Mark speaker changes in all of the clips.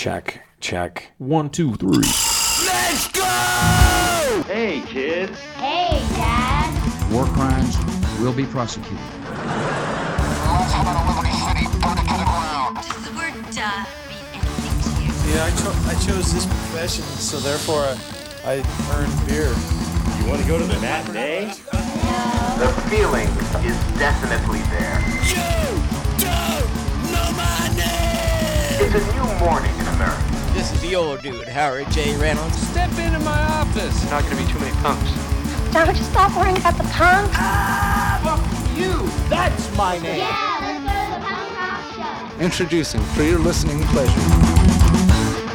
Speaker 1: Check, check.
Speaker 2: One, two, three.
Speaker 3: Hey, kids.
Speaker 4: Hey, Dad.
Speaker 5: War crimes will be prosecuted.
Speaker 4: Does the word duh mean anything to you?
Speaker 6: Yeah, I, cho- I chose this profession, so therefore I, I earn beer.
Speaker 3: You want to go to the matinee?
Speaker 7: The feeling is definitely there. You don't know my name! It's a new morning in America.
Speaker 8: This is the old dude, Howard J. Reynolds.
Speaker 7: Not gonna be too many punks.
Speaker 4: Don't you stop worrying about the punk?
Speaker 8: Ah, That's my name.
Speaker 4: Yeah, let's go to the punk rock show.
Speaker 9: Introducing for your listening pleasure.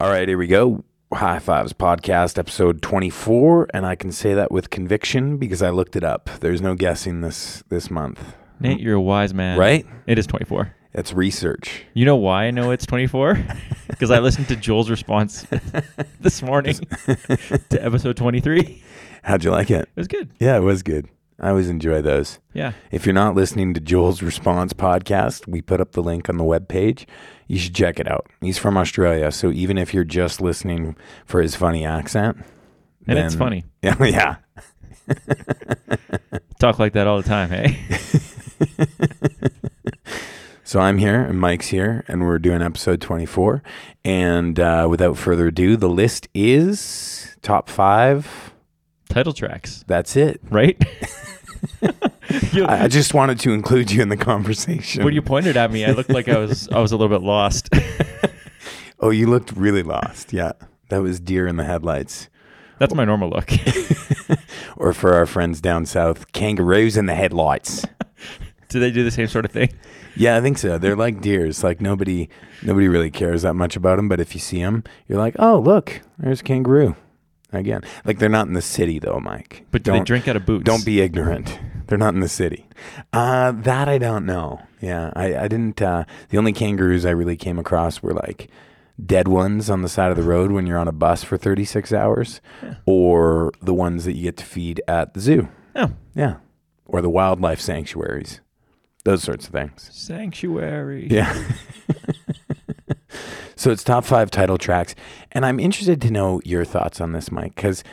Speaker 1: All right, here we go. High Fives Podcast, episode 24. And I can say that with conviction because I looked it up. There's no guessing this this month,
Speaker 2: Nate, you're a wise man.
Speaker 1: right?
Speaker 2: It is 24.
Speaker 1: It's research.
Speaker 2: You know why I know it's 24? Because I listened to Joel's response this morning to episode 23. It
Speaker 1: How'd you like it?
Speaker 2: was good.
Speaker 1: Yeah, it was good. I always enjoy those.
Speaker 2: Yeah.
Speaker 1: If you're not listening to Joel's Response podcast, we put up the link on the webpage. You should check it out. He's from Australia, so even if you're just listening for his funny accent,
Speaker 2: And it's funny.
Speaker 1: Yeah, yeah.
Speaker 2: Talk like that all the time, hey?
Speaker 1: So I'm here, and Mike's here, and we're doing episode 24. And uh, without further ado, the list is top five.
Speaker 2: Title tracks,
Speaker 1: That's it.
Speaker 2: right? You-
Speaker 1: I, I just wanted to include you in the conversation.
Speaker 2: when you pointed at me, I looked like I was I was a little bit lost.
Speaker 1: oh, you looked really lost. Yeah, that was deer in the headlights.
Speaker 2: That's my normal look.
Speaker 1: Or for our friends down south, kangaroos in the headlights.
Speaker 2: do they do the same sort of thing?
Speaker 1: Yeah, I think so. They're like deers. Like nobody, nobody really cares that much about them. But if you see them, you're like, oh look, there's a kangaroo. Again, like they're not in the city though, Mike.
Speaker 2: But do they drink out of boots?
Speaker 1: Don't be ignorant. They're not in the city. Uh, that I don't know. Yeah, I, I didn't. Uh, the only kangaroos I really came across were like dead ones on the side of the road when you're on a bus for 36 hours, or the ones that you get to feed at the zoo.
Speaker 2: Oh,
Speaker 1: Yeah, or the wildlife sanctuaries. Those sorts of things.
Speaker 2: sanctuary.
Speaker 1: Yeah. so it's top five title tracks. And I'm interested to know your thoughts on this, Mike, because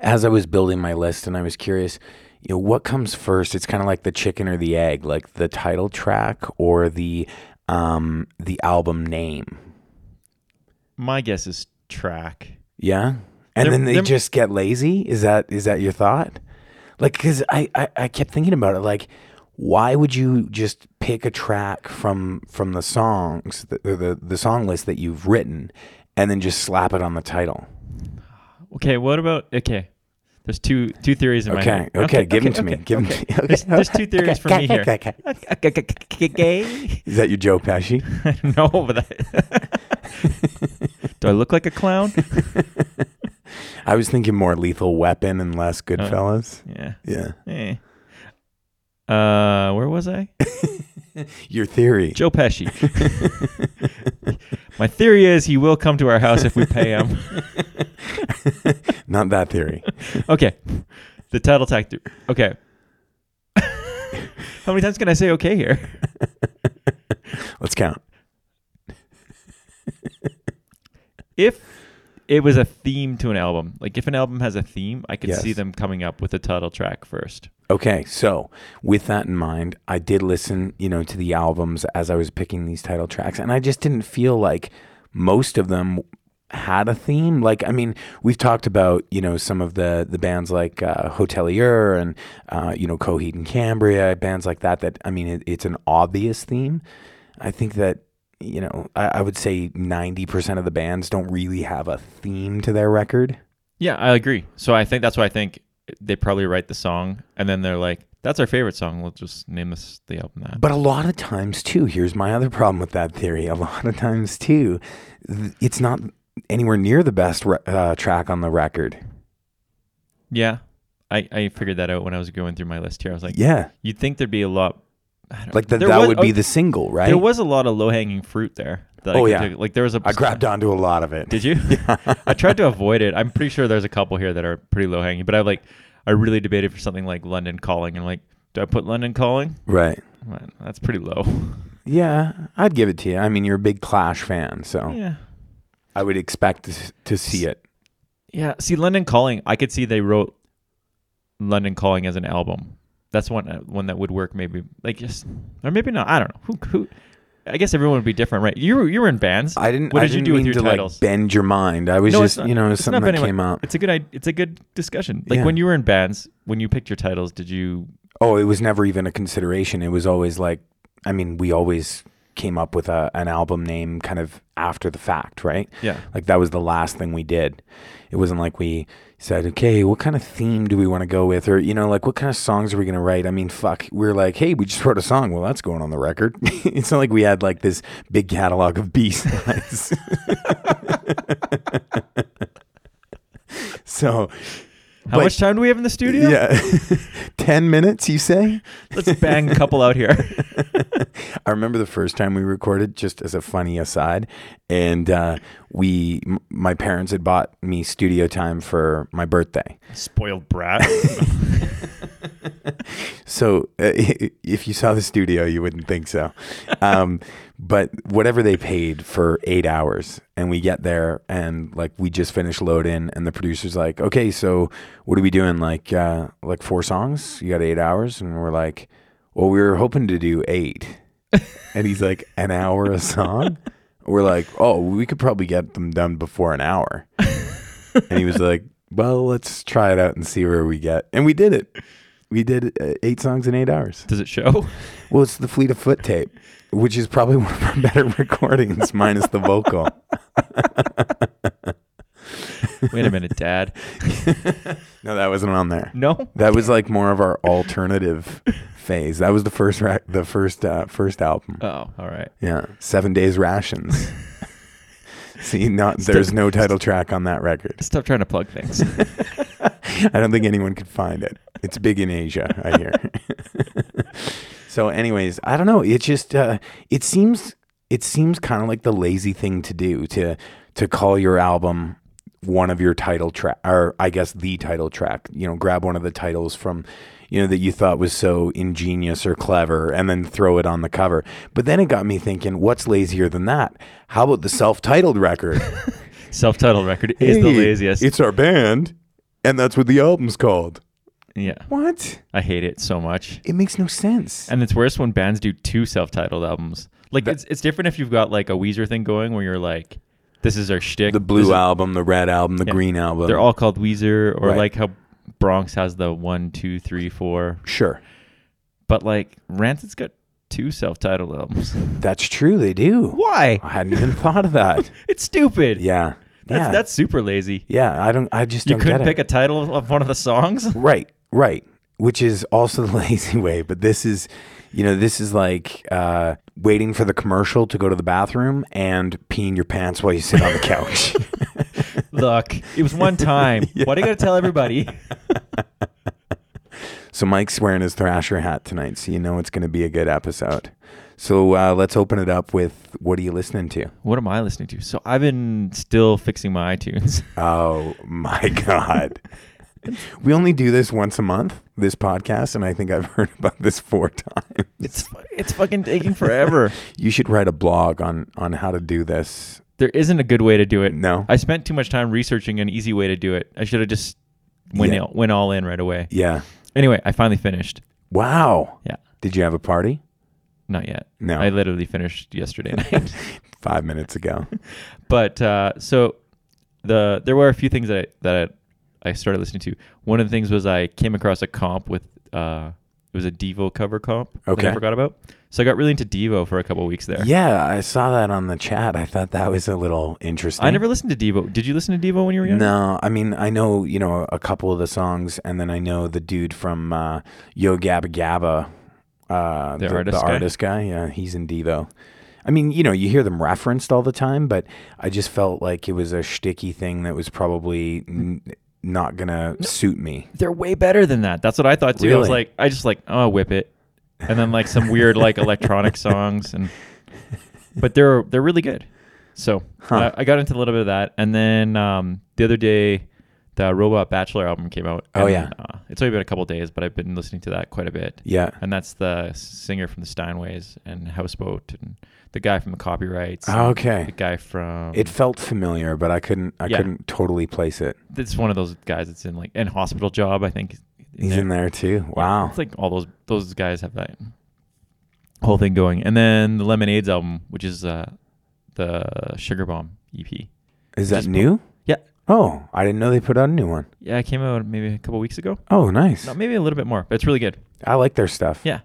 Speaker 1: as I was building my list and I was curious, you know, what comes first? It's kind of like the chicken or the egg, like the title track or the um the album name.
Speaker 2: My guess is track.
Speaker 1: Yeah. And
Speaker 2: There-
Speaker 1: then they
Speaker 2: there-
Speaker 1: just get lazy? Is that is that your thought? Like cuz I, I I kept thinking about it like why would you just pick a track from from the songs the the, the song list that you've written and then just slap it on the title?
Speaker 2: Okay, what about okay? There's two two theories in my
Speaker 1: Okay.
Speaker 2: head.
Speaker 1: Okay, give them to me. give them to me.
Speaker 2: There's, there's two theories for me here.
Speaker 1: Okay, okay. Is that your Joe Pesci?
Speaker 2: no, but that, do I look like a clown?
Speaker 1: I was thinking more Lethal Weapon and less
Speaker 2: Uh.
Speaker 1: Goodfellas.
Speaker 2: Yeah.
Speaker 1: yeah.
Speaker 2: Eh. Uh, where was I?
Speaker 1: Your theory.
Speaker 2: Joe Pesci. my theory is he will come to our house if we pay him.
Speaker 1: Not that theory.
Speaker 2: okay. The title tactic. Okay. How many times can I say okay here?
Speaker 1: Let's count.
Speaker 2: if it was a theme to an album, like if an album has a theme, I could
Speaker 1: Yes.
Speaker 2: see them coming up with a title track first.
Speaker 1: Okay, so with that in mind, I did listen, you know, to the albums as I was picking these title tracks, and I just didn't feel like most of them had a theme. Like, I mean, we've talked about, you know, some of the the bands like uh, Hotelier and uh, you know Coheed and Cambria, bands like that. That I mean, it, it's an obvious theme. I think that you know, I, I would say ninety percent of the bands don't really have a theme to their record.
Speaker 2: Yeah, I agree. So I think that's why I think they probably write the song and then they're like, "That's our favorite song. We'll just name this the album that."
Speaker 1: But a lot of times, too, here's my other problem with that theory. A lot of times, too, th- it's not anywhere near the best re- uh, track on the record.
Speaker 2: yeah, I I figured that out when I was going through my list here. I was like,
Speaker 1: Yeah.
Speaker 2: you'd think there'd be a lot
Speaker 1: Like that,
Speaker 2: There
Speaker 1: that
Speaker 2: was-
Speaker 1: would be
Speaker 2: oh,
Speaker 1: the single, right?
Speaker 2: There was a lot of low hanging fruit there. That I
Speaker 1: Oh,
Speaker 2: could
Speaker 1: yeah.
Speaker 2: take- Like there was a.
Speaker 1: I grabbed onto a lot of it.
Speaker 2: Did you? I tried to avoid it. I'm pretty sure there's a couple here that are pretty low hanging, but I like I really debated for something like London Calling and like, do I put London Calling?
Speaker 1: Right.
Speaker 2: I'm like, That's pretty low.
Speaker 1: Yeah, I'd give it to you. I mean, you're a big Clash fan, so
Speaker 2: yeah.
Speaker 1: I would expect to, s- to see it.
Speaker 2: Yeah. See, London Calling, I could see they wrote London Calling as an album. That's one uh, one that would work maybe like just or maybe not. I don't know. Who who I guess everyone would be different, right? You were you were in bands.
Speaker 1: I didn't.
Speaker 2: What
Speaker 1: I
Speaker 2: did
Speaker 1: didn't
Speaker 2: you do
Speaker 1: mean
Speaker 2: with your
Speaker 1: to
Speaker 2: titles?
Speaker 1: like bend your mind. I was
Speaker 2: No,
Speaker 1: just,
Speaker 2: it's not-
Speaker 1: you know, it was
Speaker 2: it's
Speaker 1: something
Speaker 2: not
Speaker 1: that
Speaker 2: bending my-
Speaker 1: came up.
Speaker 2: It's a good i- it's a good discussion. Like
Speaker 1: Yeah.
Speaker 2: when you were in bands, when you picked your titles, did you
Speaker 1: Oh, it was never even a consideration. It was always like, I mean, we always came up with a, an album name kind of after the fact, right?
Speaker 2: Yeah.
Speaker 1: Like that was the last thing we did. It wasn't like we said, okay, what kind of theme do we want to go with? Or, you know, like what kind of songs are we going to write? I mean, fuck, we are like, hey, we just wrote a song. Well, that's going on the record. it's not like we had like this big catalog of B sides. so,
Speaker 2: How
Speaker 1: But-
Speaker 2: much time do we have in the studio?
Speaker 1: yeah. 10 minutes, you say?
Speaker 2: Let's bang a couple out here.
Speaker 1: I remember the first time we recorded, just as a funny aside, and uh, we, m- my parents had bought me studio time for my birthday.
Speaker 2: Spoiled brat.
Speaker 1: So uh, if you saw the studio, you wouldn't think so. Um, but whatever they paid for eight hours, and we get there, and like we just finished load in, and the producer's like, "Okay, so what are we doing? Like, uh, like four songs? You got eight hours?" And we're like, "Well, we were hoping to do eight. and he's like, "An hour a song?" We're like, "Oh, we could probably get them done before an hour." and he was like, "Well, let's try it out and see where we get." And we did it. We did uh, eight songs in eight hours.
Speaker 2: Does it show?
Speaker 1: Well, it's the Fleet of Foot tape, which is probably one of our better recordings, minus the vocal.
Speaker 2: Wait a minute, Dad.
Speaker 1: No, that wasn't on there.
Speaker 2: No?
Speaker 1: That was like more of our alternative phase. That was the first ra- the first uh, first album.
Speaker 2: Oh, all right.
Speaker 1: yeah, Seven Days Rations. See, not there's no title track on that record.
Speaker 2: Stop trying to plug things.
Speaker 1: I don't think anyone could find it. It's big in Asia, I hear. so, anyways, I don't know. It just uh, it seems it seems kind of like the lazy thing to do to to call your album one of your title track, or I guess the title track. You know, grab one of the titles from you know that you thought was so ingenious or clever, and then throw it on the cover. But then it got me thinking, what's lazier than that? How about the self-titled record?
Speaker 2: Self-titled record is the
Speaker 1: Hey,
Speaker 2: laziest.
Speaker 1: It's our band, and that's what the album's called.
Speaker 2: yeah.
Speaker 1: What?
Speaker 2: I hate it so much.
Speaker 1: It makes no sense.
Speaker 2: And it's worse when bands do two self-titled albums. Like it's it's different if you've got like a Weezer thing going where you're like this is our shtick.
Speaker 1: the
Speaker 2: This
Speaker 1: blue
Speaker 2: is-
Speaker 1: album, the red album, the
Speaker 2: Yeah.
Speaker 1: green album.
Speaker 2: They're all called Weezer or
Speaker 1: Right.
Speaker 2: like how Bronx has the one, two, three, four.
Speaker 1: sure.
Speaker 2: But like Rancid's got two self-titled albums.
Speaker 1: That's true. They do.
Speaker 2: Why?
Speaker 1: I hadn't even thought of that.
Speaker 2: It's stupid.
Speaker 1: Yeah.
Speaker 2: That's,
Speaker 1: yeah.
Speaker 2: that's super lazy.
Speaker 1: yeah. I don't. I just
Speaker 2: You
Speaker 1: don't get
Speaker 2: couldn't
Speaker 1: it.
Speaker 2: pick a title of one of the songs?
Speaker 1: Right, right. Which is also the lazy way, but this is, you know, this is like uh, waiting for the commercial to go to the bathroom and peeing your pants while you sit on the couch.
Speaker 2: Look, it was one time. Why do you got to tell everybody?
Speaker 1: so Mike's wearing his Thrasher hat tonight, so you know it's going to be a good episode. So uh, let's open it up with what are you listening to?
Speaker 2: What am I listening to? So I've been still fixing my iTunes.
Speaker 1: Oh my God. we only do this once a month, this podcast, and I think I've heard about this four times.
Speaker 2: It's fu- it's fucking taking forever.
Speaker 1: You should write a blog on on how to do this.
Speaker 2: there isn't a good way to do it.
Speaker 1: No.
Speaker 2: I spent too much time researching an easy way to do it. I should have just went
Speaker 1: Yeah.
Speaker 2: all, went all in right away.
Speaker 1: Yeah.
Speaker 2: Anyway, I finally finished.
Speaker 1: Wow.
Speaker 2: Yeah,
Speaker 1: Did you have a party?
Speaker 2: not yet.
Speaker 1: No.
Speaker 2: I literally finished yesterday night.
Speaker 1: Five minutes ago.
Speaker 2: but uh, so the there were a few things that I, that I, I started listening to. One of the things was I came across a comp with uh, it was a Devo cover comp that
Speaker 1: Okay.
Speaker 2: I forgot about. So I got really into Devo for a couple weeks there.
Speaker 1: yeah, I saw that on the chat. I thought that was a little interesting.
Speaker 2: I never listened to Devo. Did you listen to Devo when you were young?
Speaker 1: No, I mean I know you know a couple of the songs, and then I know the dude from uh, Yo Gabba Gabba, uh,
Speaker 2: The artist guy?
Speaker 1: artist guy. Yeah, he's in Devo. I mean, you know, you hear them referenced all the time, but I just felt like it was a shticky thing that was probably n- not gonna suit me.
Speaker 2: they're way better than that. That's what I thought too. I was
Speaker 1: Really?
Speaker 2: like, I just like, oh, whip it. and then like some weird like electronic songs and but they're they're really good. So
Speaker 1: Huh.
Speaker 2: I, I got into a little bit of that, and then um, the other day, the Robot Bachelor album came out.
Speaker 1: Oh,
Speaker 2: and,
Speaker 1: yeah.
Speaker 2: uh, it's only been a couple days, but I've been listening to that quite a bit.
Speaker 1: Yeah.
Speaker 2: and that's the singer from the Steinways and Houseboat, and the guy from the Copyrights. and
Speaker 1: Okay.
Speaker 2: the guy from
Speaker 1: It felt familiar, but I couldn't. I
Speaker 2: Yeah.
Speaker 1: couldn't totally place it.
Speaker 2: it's one of those guys that's in like in Hospital Job. I think
Speaker 1: He's in there too. Wow.
Speaker 2: It's like all those those guys have that whole thing going. And then the Lemonades album, which is uh, the Sugar Bomb E EP.
Speaker 1: Is that
Speaker 2: just-
Speaker 1: new?
Speaker 2: Yeah,
Speaker 1: Oh, I didn't know they put out a new one.
Speaker 2: yeah, it came out maybe a couple weeks ago.
Speaker 1: Oh, nice.
Speaker 2: No, maybe a little bit more, but it's really good.
Speaker 1: I like their stuff.
Speaker 2: Yeah,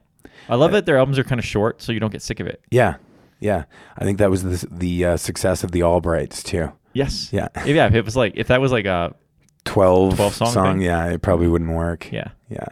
Speaker 2: I love that their albums are kind of short, so you don't get sick of it.
Speaker 1: Yeah. Yeah. I think that was the the uh, success of the Albrights too.
Speaker 2: Yes.
Speaker 1: Yeah.
Speaker 2: If- yeah. If it was like if that was like a
Speaker 1: 12,
Speaker 2: 12 song thing?
Speaker 1: Yeah, it probably wouldn't work.
Speaker 2: yeah
Speaker 1: Yeah.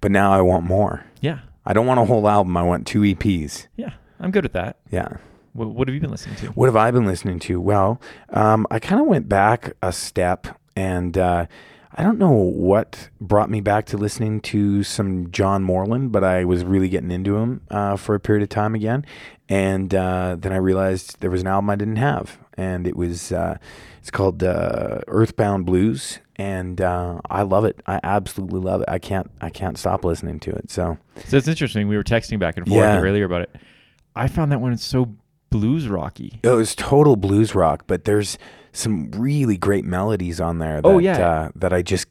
Speaker 1: But now I want more.
Speaker 2: yeah
Speaker 1: I don't want a whole album. I want two EPs.
Speaker 2: yeah, I'm good with that.
Speaker 1: Yeah.
Speaker 2: What, what have you been listening to?
Speaker 1: What have I been listening to? Well, um, I kind of went back a step, and uh, I don't know what brought me back to listening to some John Moreland, but I was really getting into him uh, for a period of time again, and uh, then I realized there was an album I didn't have, and it was uh, it's called uh, Earthbound Blues, and uh, I love it. I absolutely love it. I can't I can't stop listening to it. So
Speaker 2: So it's interesting. We were texting back and forth
Speaker 1: Yeah.
Speaker 2: earlier about it. I found that one so blues rocky.
Speaker 1: It was total blues rock, but there's some really great melodies on there. That,
Speaker 2: Oh, yeah.
Speaker 1: uh, that I just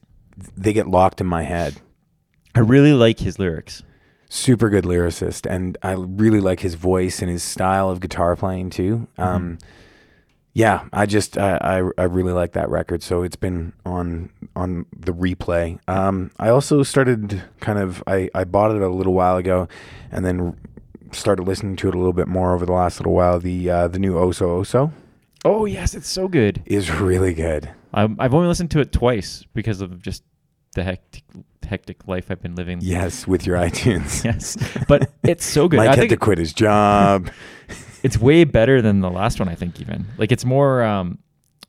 Speaker 1: they get locked in my head.
Speaker 2: I really like his lyrics.
Speaker 1: Super good lyricist, and I really like his voice and his style of guitar playing too.
Speaker 2: Mm-hmm.
Speaker 1: Um, yeah, I just I, I I really like that record, so it's been on on the replay. Um, I also started kind of I I bought it a little while ago, and then started listening to it a little bit more over the last little while. The uh, the new Oso Oso
Speaker 2: Oh yes, it's so good.
Speaker 1: is really good.
Speaker 2: Um, I've only listened to it twice because of just the hectic, hectic life I've been living.
Speaker 1: Yes, with your iTunes.
Speaker 2: Yes, but it's so good.
Speaker 1: Mike
Speaker 2: I
Speaker 1: had
Speaker 2: think
Speaker 1: to quit his job.
Speaker 2: it's way better than the last one. I think even like it's more, um,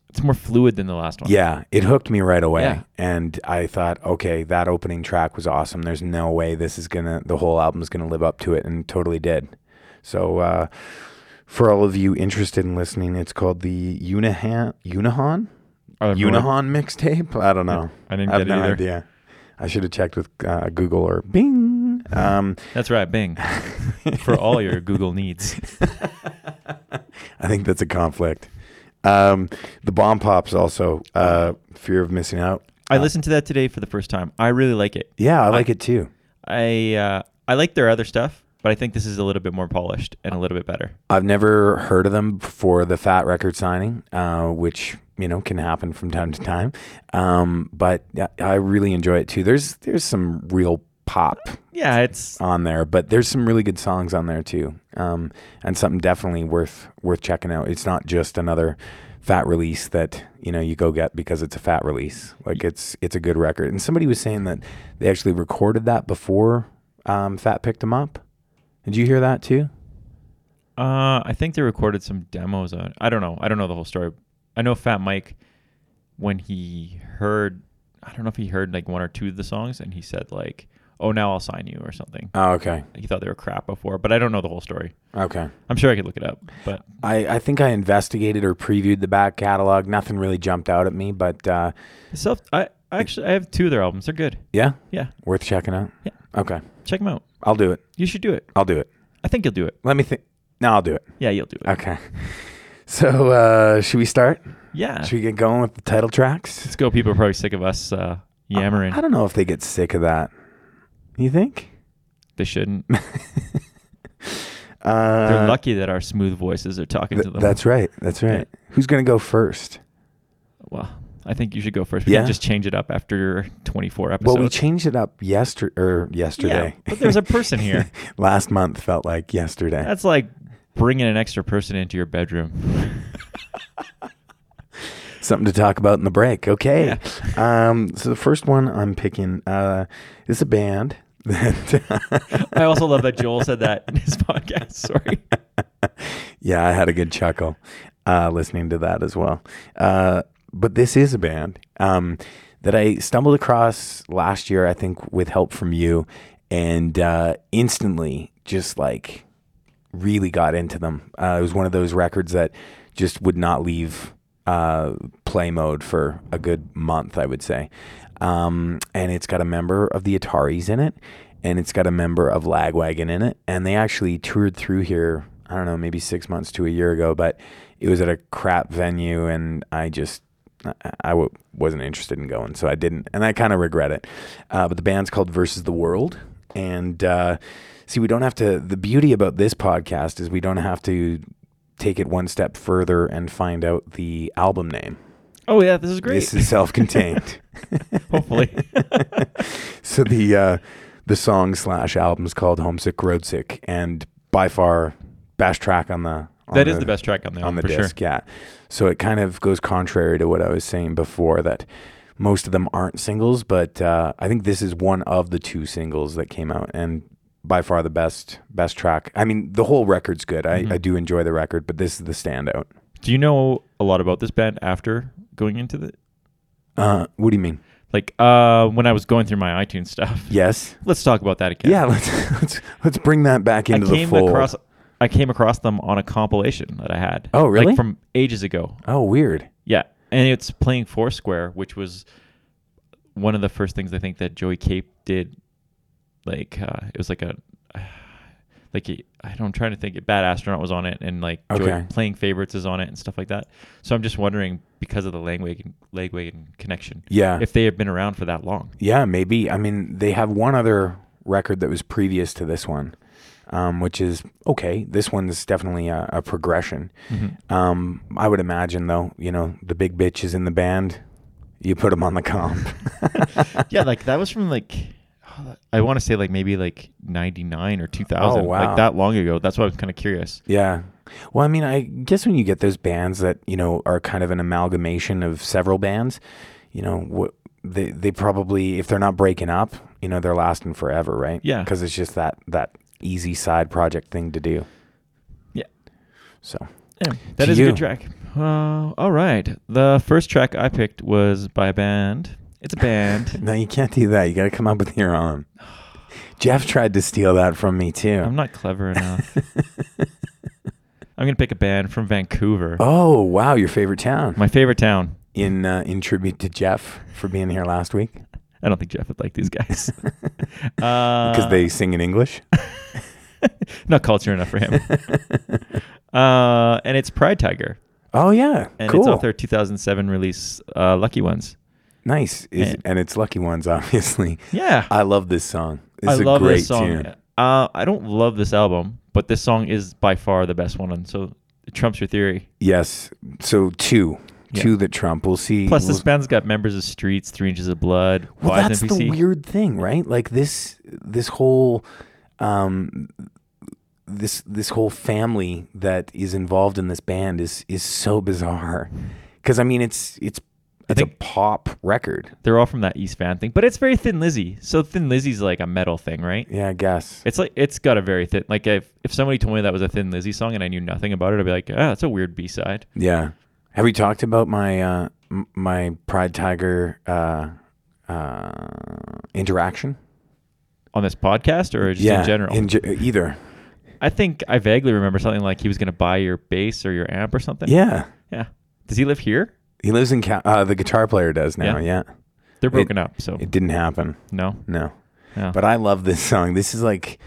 Speaker 2: it's more fluid than the last one.
Speaker 1: yeah, it hooked me right away,
Speaker 2: Yeah.
Speaker 1: and I thought, okay, that opening track was awesome. There's no way this is gonna, the whole album's gonna live up to it, and totally did. So, uh, for all of you interested in listening, it's called the Unahan Unahan
Speaker 2: I don't remember-
Speaker 1: Unahan mixtape. I don't know.
Speaker 2: I didn't
Speaker 1: I have
Speaker 2: get it
Speaker 1: no
Speaker 2: either.
Speaker 1: idea. I should have checked with uh, Google or Bing. Um,
Speaker 2: That's right, Bing, for all your Google needs.
Speaker 1: I think that's a conflict. Um, the bomb pops also uh, fear of missing out. Uh,
Speaker 2: I listened to that today for the first time. I really like it.
Speaker 1: Yeah, I like it too.
Speaker 2: I uh, I like their other stuff, but I think this is a little bit more polished and a little bit better.
Speaker 1: I've never heard of them before the Fat record signing, uh, which you know can happen from time to time. Um, but yeah, I really enjoy it too. There's there's some real pop
Speaker 2: Yeah, it's
Speaker 1: on there, but there's some really good songs on there too, um, and something definitely worth worth checking out. It's not just another fat release that you know you go get because it's a fat release. Like it's it's a good record. And somebody was saying that they actually recorded that before um, Fat picked them up. Did you hear that too?
Speaker 2: Uh, I think they recorded some demos on. I don't know. I don't know the whole story. I know Fat Mike when he heard. I don't know if he heard like one or two of the songs, and he said like, "Oh, now I'll sign you" or something.
Speaker 1: Oh, okay,
Speaker 2: He thought they were crap before, but I don't know the whole story.
Speaker 1: okay.
Speaker 2: I'm sure I could look it up, but
Speaker 1: I, I think I investigated or previewed the back catalog. Nothing really jumped out at me, but uh,
Speaker 2: self. I I actually I have two of their albums. They're good.
Speaker 1: yeah,
Speaker 2: Yeah,
Speaker 1: worth checking out.
Speaker 2: Yeah.
Speaker 1: Okay,
Speaker 2: check them out.
Speaker 1: I'll do it.
Speaker 2: You should do it.
Speaker 1: I'll do it.
Speaker 2: I think you'll do it.
Speaker 1: Let me think. No, I'll do it.
Speaker 2: Yeah, you'll do it.
Speaker 1: Okay. So, uh, should we start?
Speaker 2: Yeah.
Speaker 1: Should we get going with the title tracks?
Speaker 2: Let's go. People are probably sick of us uh, yammering.
Speaker 1: I don't know if they get sick of that. You think?
Speaker 2: they shouldn't.
Speaker 1: Uh,
Speaker 2: They're lucky that our smooth voices are talking
Speaker 1: th-
Speaker 2: to them.
Speaker 1: that's right. That's right. Who's going to go first?
Speaker 2: Well, I think you should go first. We
Speaker 1: Yeah.
Speaker 2: can just change it up after 24 episodes.
Speaker 1: Well, we changed it up yesterday or
Speaker 2: yeah,
Speaker 1: yesterday.
Speaker 2: but there's a person here.
Speaker 1: Last month felt like yesterday.
Speaker 2: That's like bringing an extra person into your bedroom.
Speaker 1: something to talk about in the break. Okay. Um, so the first one I'm picking uh, is a band that.
Speaker 2: I also love that Joel said that in his podcast. Sorry.
Speaker 1: yeah, I had a good chuckle uh, listening to that as well. Uh, but this is a band um, that I stumbled across last year, I think, with help from you. and uh, instantly just like really got into them. Uh, it was one of those records that just would not leave uh, play mode for a good month, I would say. Um, and it's got a member of the Ataris in it, and it's got a member of Lagwagon in it. And they actually toured through here, I don't know, maybe six months to a year ago, but it was at a crap venue, and I just. I I w- wasn't interested in going, so I didn't, and I kind of regret it. Uh, but the band's called Versus the World, and uh, see, we don't have to. The beauty about this podcast is we don't have to take it one step further and find out the album name.
Speaker 2: Oh yeah, this is great.
Speaker 1: This is self-contained.
Speaker 2: Hopefully,
Speaker 1: so the uh, the song slash album is called Homesick Roadsick, and by far best track on the. On
Speaker 2: that is the best track on there
Speaker 1: on the
Speaker 2: Oh, for sure.
Speaker 1: disc. Yeah, so it kind of goes contrary to what I was saying before that most of them aren't singles, but uh, I think this is one of the two singles that came out, and by far the best best track. I mean, the whole record's good. I,
Speaker 2: Mm-hmm.
Speaker 1: I do enjoy the record, but this is the standout.
Speaker 2: Do you know a lot about this band after going into the
Speaker 1: Uh, what do you mean?
Speaker 2: like uh when I was going through my iTunes stuff?
Speaker 1: Yes.
Speaker 2: Let's talk about that again.
Speaker 1: Yeah, let's let's let's bring that back
Speaker 2: I
Speaker 1: into
Speaker 2: came
Speaker 1: the fold.
Speaker 2: across I came across them on a compilation that I had.
Speaker 1: Oh, really?
Speaker 2: Like from ages ago.
Speaker 1: oh, weird.
Speaker 2: Yeah, and it's playing Foursquare, which was one of the first things I think that Joey Cape did. Like uh, it was like a like he, I don't, I'm trying to think. Bad Astronaut was on it, and like
Speaker 1: Okay.
Speaker 2: Joey playing favorites is on it, and stuff like that. So I'm just wondering because of the Langwagon Legwagon connection,
Speaker 1: Yeah.
Speaker 2: if they have been around for that long.
Speaker 1: Yeah, maybe. I mean, they have one other record that was previous to this one, um, which is okay. This one's definitely a, a progression. Um, I would imagine, though, you know, the big bitch is in the band. You put them on the comp.
Speaker 2: yeah, like that was from like I want to say like maybe like 99 or 2000,
Speaker 1: Oh, wow.
Speaker 2: like that long ago. That's why I was kind of curious.
Speaker 1: Yeah. Well, I mean, I guess when you get those bands that, you know, are kind of an amalgamation of several bands, you know, what they they probably if they're not breaking up, you know, they're lasting forever, right?
Speaker 2: Yeah.
Speaker 1: Cuz it's just that that easy side project thing to do.
Speaker 2: Yeah.
Speaker 1: So,
Speaker 2: Yeah, that
Speaker 1: To
Speaker 2: is a
Speaker 1: you.
Speaker 2: good track. Uh, all right. The first track I picked was by a band. It's a band.
Speaker 1: no, you can't do that. You got to come up with your own. Jeff tried to steal that from me too.
Speaker 2: I'm not clever enough. I'm going to pick a band from Vancouver,
Speaker 1: oh, wow, your favorite town.
Speaker 2: my favorite town.
Speaker 1: in uh, in tribute to Jeff for being here last week
Speaker 2: I don't think Jeff would like these guys. uh,
Speaker 1: because they sing in English.
Speaker 2: not culture enough for him. uh, and it's Pride Tiger.
Speaker 1: Oh yeah.
Speaker 2: And
Speaker 1: cool.
Speaker 2: it's off their 2007 release, uh, Lucky Ones.
Speaker 1: Nice. Is,
Speaker 2: And-
Speaker 1: and, it's Lucky Ones, obviously.
Speaker 2: Yeah.
Speaker 1: I love this song. It's
Speaker 2: I
Speaker 1: a
Speaker 2: love
Speaker 1: great
Speaker 2: this song.
Speaker 1: tune.
Speaker 2: Uh, I don't love this album, but this song is by far the best one. And so it trumps your theory.
Speaker 1: Yes. So two.
Speaker 2: Yeah.
Speaker 1: Two that Trump. We'll see.
Speaker 2: Plus, this
Speaker 1: we'll-
Speaker 2: band's got members of Streets, Three Inches of Blood,
Speaker 1: well,
Speaker 2: Wise
Speaker 1: that's
Speaker 2: NPC.
Speaker 1: the weird thing, right? Like this this whole um this this whole family that is involved in this band is is so bizarre. Cause I mean it's it's it's a
Speaker 2: think-
Speaker 1: pop record.
Speaker 2: They're all from that East Van thing, but it's very Thin Lizzy. So Thin Lizzy's like a metal thing, right?
Speaker 1: Yeah, I guess.
Speaker 2: It's like it's got a very thin. Like if if somebody told me that was a Thin Lizzy song and I knew nothing about it, I'd be like, ah, that's a weird B side.
Speaker 1: Yeah. Have we talked about my uh, m- my Pride Tiger uh, uh, interaction?
Speaker 2: On this podcast or just in general,
Speaker 1: ge- either.
Speaker 2: I think I vaguely remember something like he was going to buy your bass or your amp or something.
Speaker 1: Yeah.
Speaker 2: yeah. Does he live here?
Speaker 1: He lives in Cal- uh, the guitar player does now. Yeah.
Speaker 2: Yeah. They're broken up, so
Speaker 1: It didn't happen.
Speaker 2: no.
Speaker 1: No.
Speaker 2: Yeah.
Speaker 1: But I love this song. This is like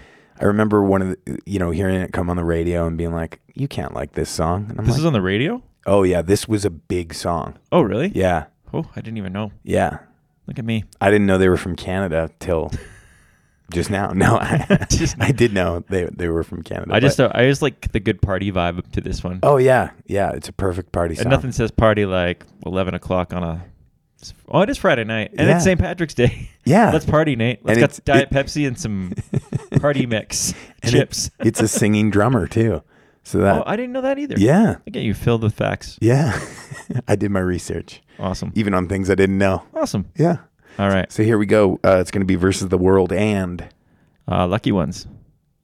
Speaker 1: I remember one of the you know hearing it come on the radio and being like, "You can't like this song." And I'm
Speaker 2: This
Speaker 1: like,
Speaker 2: is on the radio?
Speaker 1: "Oh yeah, this was a big song."
Speaker 2: Oh, really?
Speaker 1: Yeah.
Speaker 2: Oh, I didn't even know.
Speaker 1: Yeah.
Speaker 2: Look at me.
Speaker 1: I didn't know they were from Canada till just now. No, I,
Speaker 2: Just-
Speaker 1: I did know they they were from Canada.
Speaker 2: I just
Speaker 1: but-
Speaker 2: uh, I just like the good party vibe to this one.
Speaker 1: oh yeah, yeah. It's a perfect party song.
Speaker 2: and nothing says party like eleven o'clock on a. Oh, it is Friday night, and
Speaker 1: Yeah.
Speaker 2: it's St. Patrick's Day.
Speaker 1: Yeah.
Speaker 2: let's party, Nate. Let's
Speaker 1: And
Speaker 2: get
Speaker 1: it's-
Speaker 2: Diet
Speaker 1: it-
Speaker 2: Pepsi and some party mix
Speaker 1: And
Speaker 2: chips.
Speaker 1: it- it's a singing drummer too. So that
Speaker 2: oh, I didn't know that either.
Speaker 1: yeah,
Speaker 2: I get you filled with facts.
Speaker 1: yeah. I did my research,
Speaker 2: Awesome,
Speaker 1: even on things I didn't know.
Speaker 2: awesome.
Speaker 1: Yeah.
Speaker 2: All right,
Speaker 1: So here we go. Uh, it's going to be versus the world and
Speaker 2: uh, lucky ones.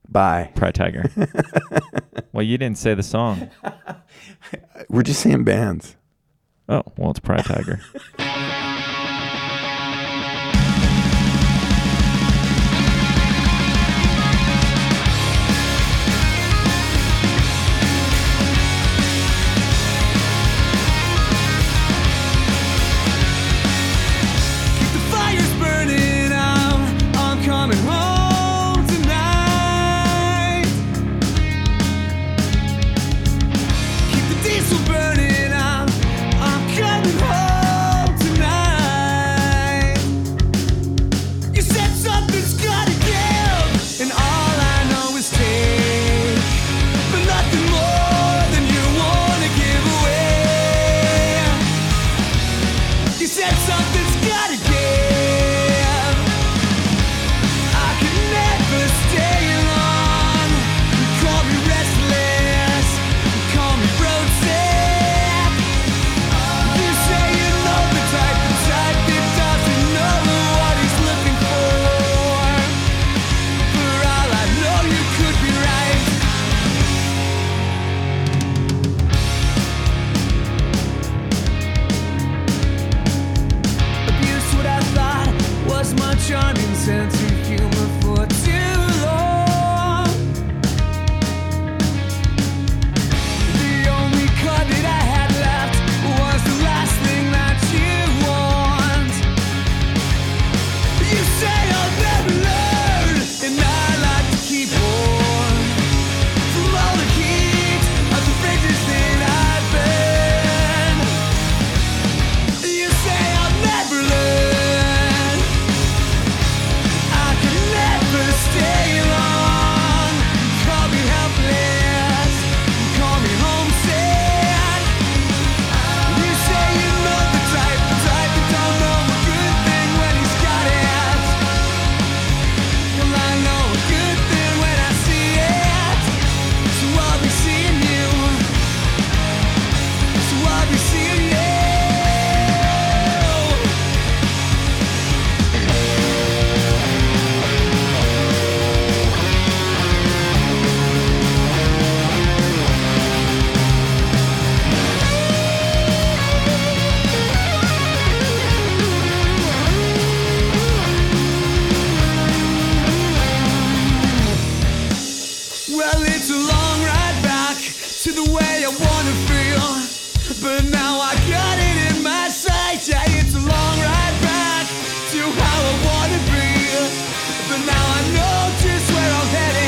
Speaker 1: bye.
Speaker 2: Pride Tiger. well, you didn't say the song.
Speaker 1: We're just saying bands.
Speaker 2: Oh, well, it's Pride Tiger.
Speaker 4: Thank
Speaker 10: shining sense of humor for too long. The only card that I had left was the last thing that you want. You say I'll never learn, and I like to keep warm from all the heat of the bridges that I've burned. You say I'll never learn. I can never stay long. Call me helpless. Call me homesick. You say you know the type, the type that don't know a good thing when he's got it. Well, I know a good thing when I see it. So I'll be seeing you. So I'll be seeing you. Well, it's a long ride back to the way I wanna feel. But now I got it in my sight. Yeah, it's a long ride back to how I wanna be. But now I know just where I'm headed.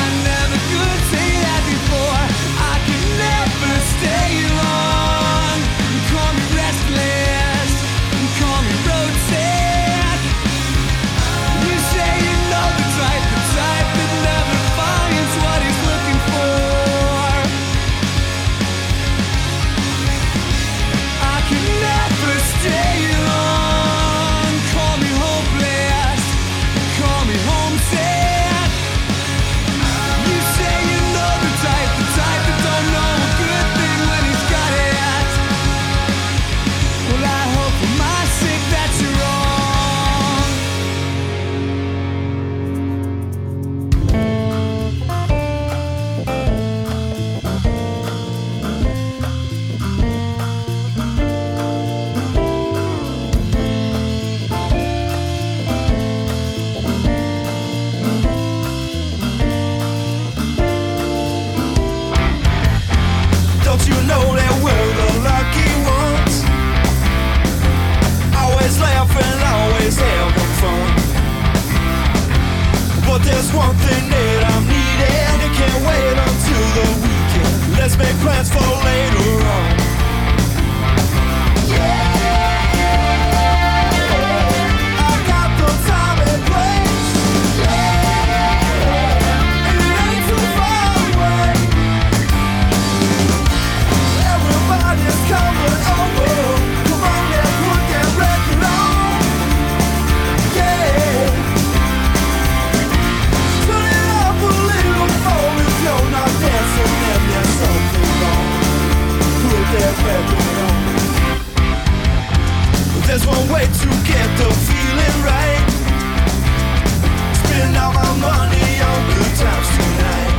Speaker 10: I never could say that before. I could never stay long. Call me restless. Call me road sick. You say you know the type, the type that never finds what he's looking for. I can never stay long. Call me hopeless, call me homesick. You say you know the type, the type that don't know a good thing when he's got it. Well, I hope for my sake that you're wrong.
Speaker 7: Don't you know that we're the lucky ones? Always laughing, always having fun. But there's one thing that I'm needing. It can't wait until the weekend. Let's make plans for later on. Yeah. I got the time and place. Yeah. And it ain't too far away. Everybody's coming over. Come on, let's put that record on. Yeah. Turn it up a little more. If you're not dancing, then there's something wrong. Put that record on. There's one way to get the feeling right. Spend all my money on good times tonight.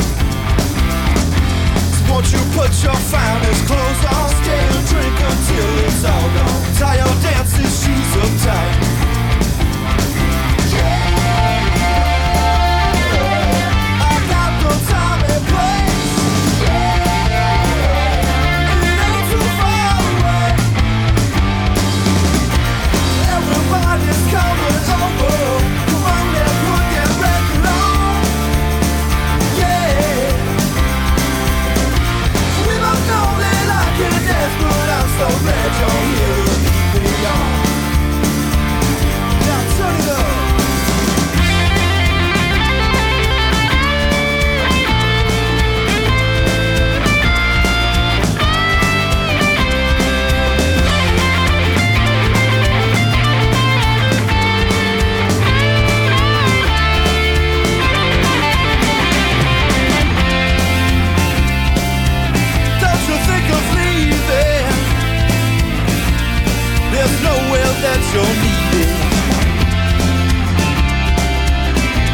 Speaker 7: Won't you put your finest clothes on? Stay and drink until it's all gone. Tie your dancing shoes up tight. I got the time and place. And it ain't too far away. Everybody's coming over. Come on, let's put that record on. Yeah. We both know that I can dance, but I'm so glad you're here to keep me on. Now turn it up. Don't you think of leaving? There's nowhere that you're needed.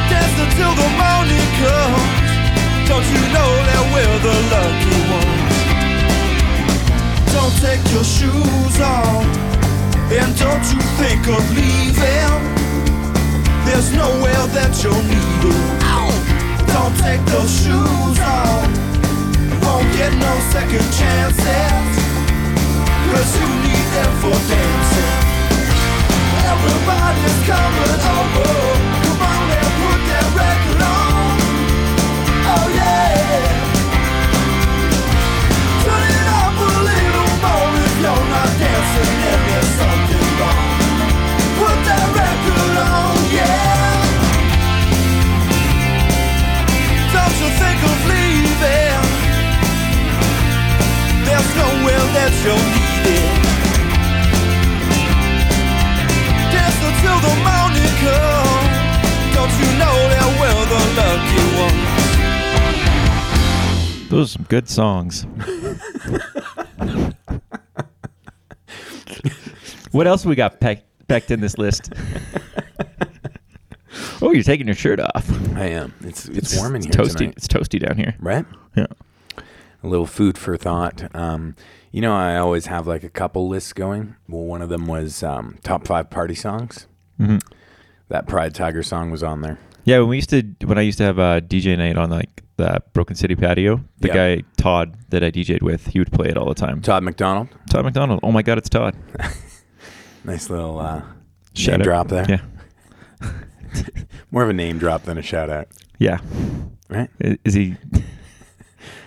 Speaker 7: Dance until the morning comes. Don't you know that we're the lucky ones? Don't take your shoes off, and don't you think of leaving? There's nowhere that you'll need it. Don't take those shoes off. Won't get no second chances. Cause you need them for dancing. Everybody's coming over. Come on and put that record on. Oh yeah. Turn it up a little more if you're not dancing. Then there's something wrong. Put that record on, yeah. Don't you think of leaving? There's nowhere that you'll need it. Dance until the morning comes. Don't you know that we're the lucky ones?
Speaker 2: Those are some good songs. what else we got peck- pecked in this list? oh, you're taking your shirt off.
Speaker 1: I am. It's it's, warm in
Speaker 2: it's
Speaker 1: here
Speaker 2: toasty.
Speaker 1: tonight,
Speaker 2: It's toasty down here.
Speaker 1: right?
Speaker 2: Yeah.
Speaker 1: A little food for thought. Um, you know, I always have like a couple lists going. Well, one of them was um, top five party songs. That Pride Tiger song was on there.
Speaker 2: Mm-hmm. Yeah, when we used to when I used to have uh, a DJ night on like the Broken City patio, the
Speaker 1: Yeah.
Speaker 2: guy Todd that I DJ'd with, he would play it all the time.
Speaker 1: Todd McDonald,
Speaker 2: Todd McDonald. Oh my god, it's Todd.
Speaker 1: nice little uh,
Speaker 2: Shout
Speaker 1: name
Speaker 2: out.
Speaker 1: drop there.
Speaker 2: Yeah.
Speaker 1: More of a name drop than a shout out,
Speaker 2: Yeah.
Speaker 1: right?
Speaker 2: I- Is he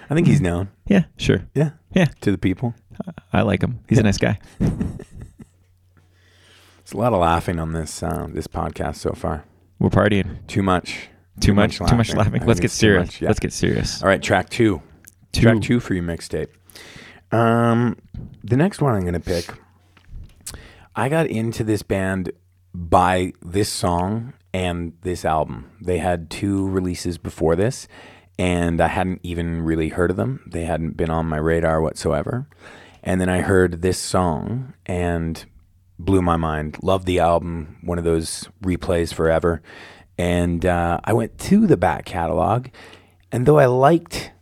Speaker 1: I think he's known.
Speaker 2: Yeah, sure.
Speaker 1: Yeah,
Speaker 2: Yeah.
Speaker 1: to the people.
Speaker 2: I like him. He's a nice guy.
Speaker 1: It's a lot of laughing on this uh, this podcast so far.
Speaker 2: We're partying.
Speaker 1: Too much.
Speaker 2: Too, much, too much
Speaker 1: I
Speaker 2: laughing.
Speaker 1: think
Speaker 2: Let's get
Speaker 1: it's too
Speaker 2: serious.
Speaker 1: much, yeah.
Speaker 2: Let's get serious.
Speaker 1: All right, track two.
Speaker 2: Two.
Speaker 1: Track two for your mixtape. Um, the next one I'm gonna pick. I got into this band by this song and this album. They had two releases before this, and I hadn't even really heard of them. They hadn't been on my radar whatsoever. And then I heard this song and blew my mind. Loved the album. One of those replays forever. And uh, I went to the back catalog, and though I liked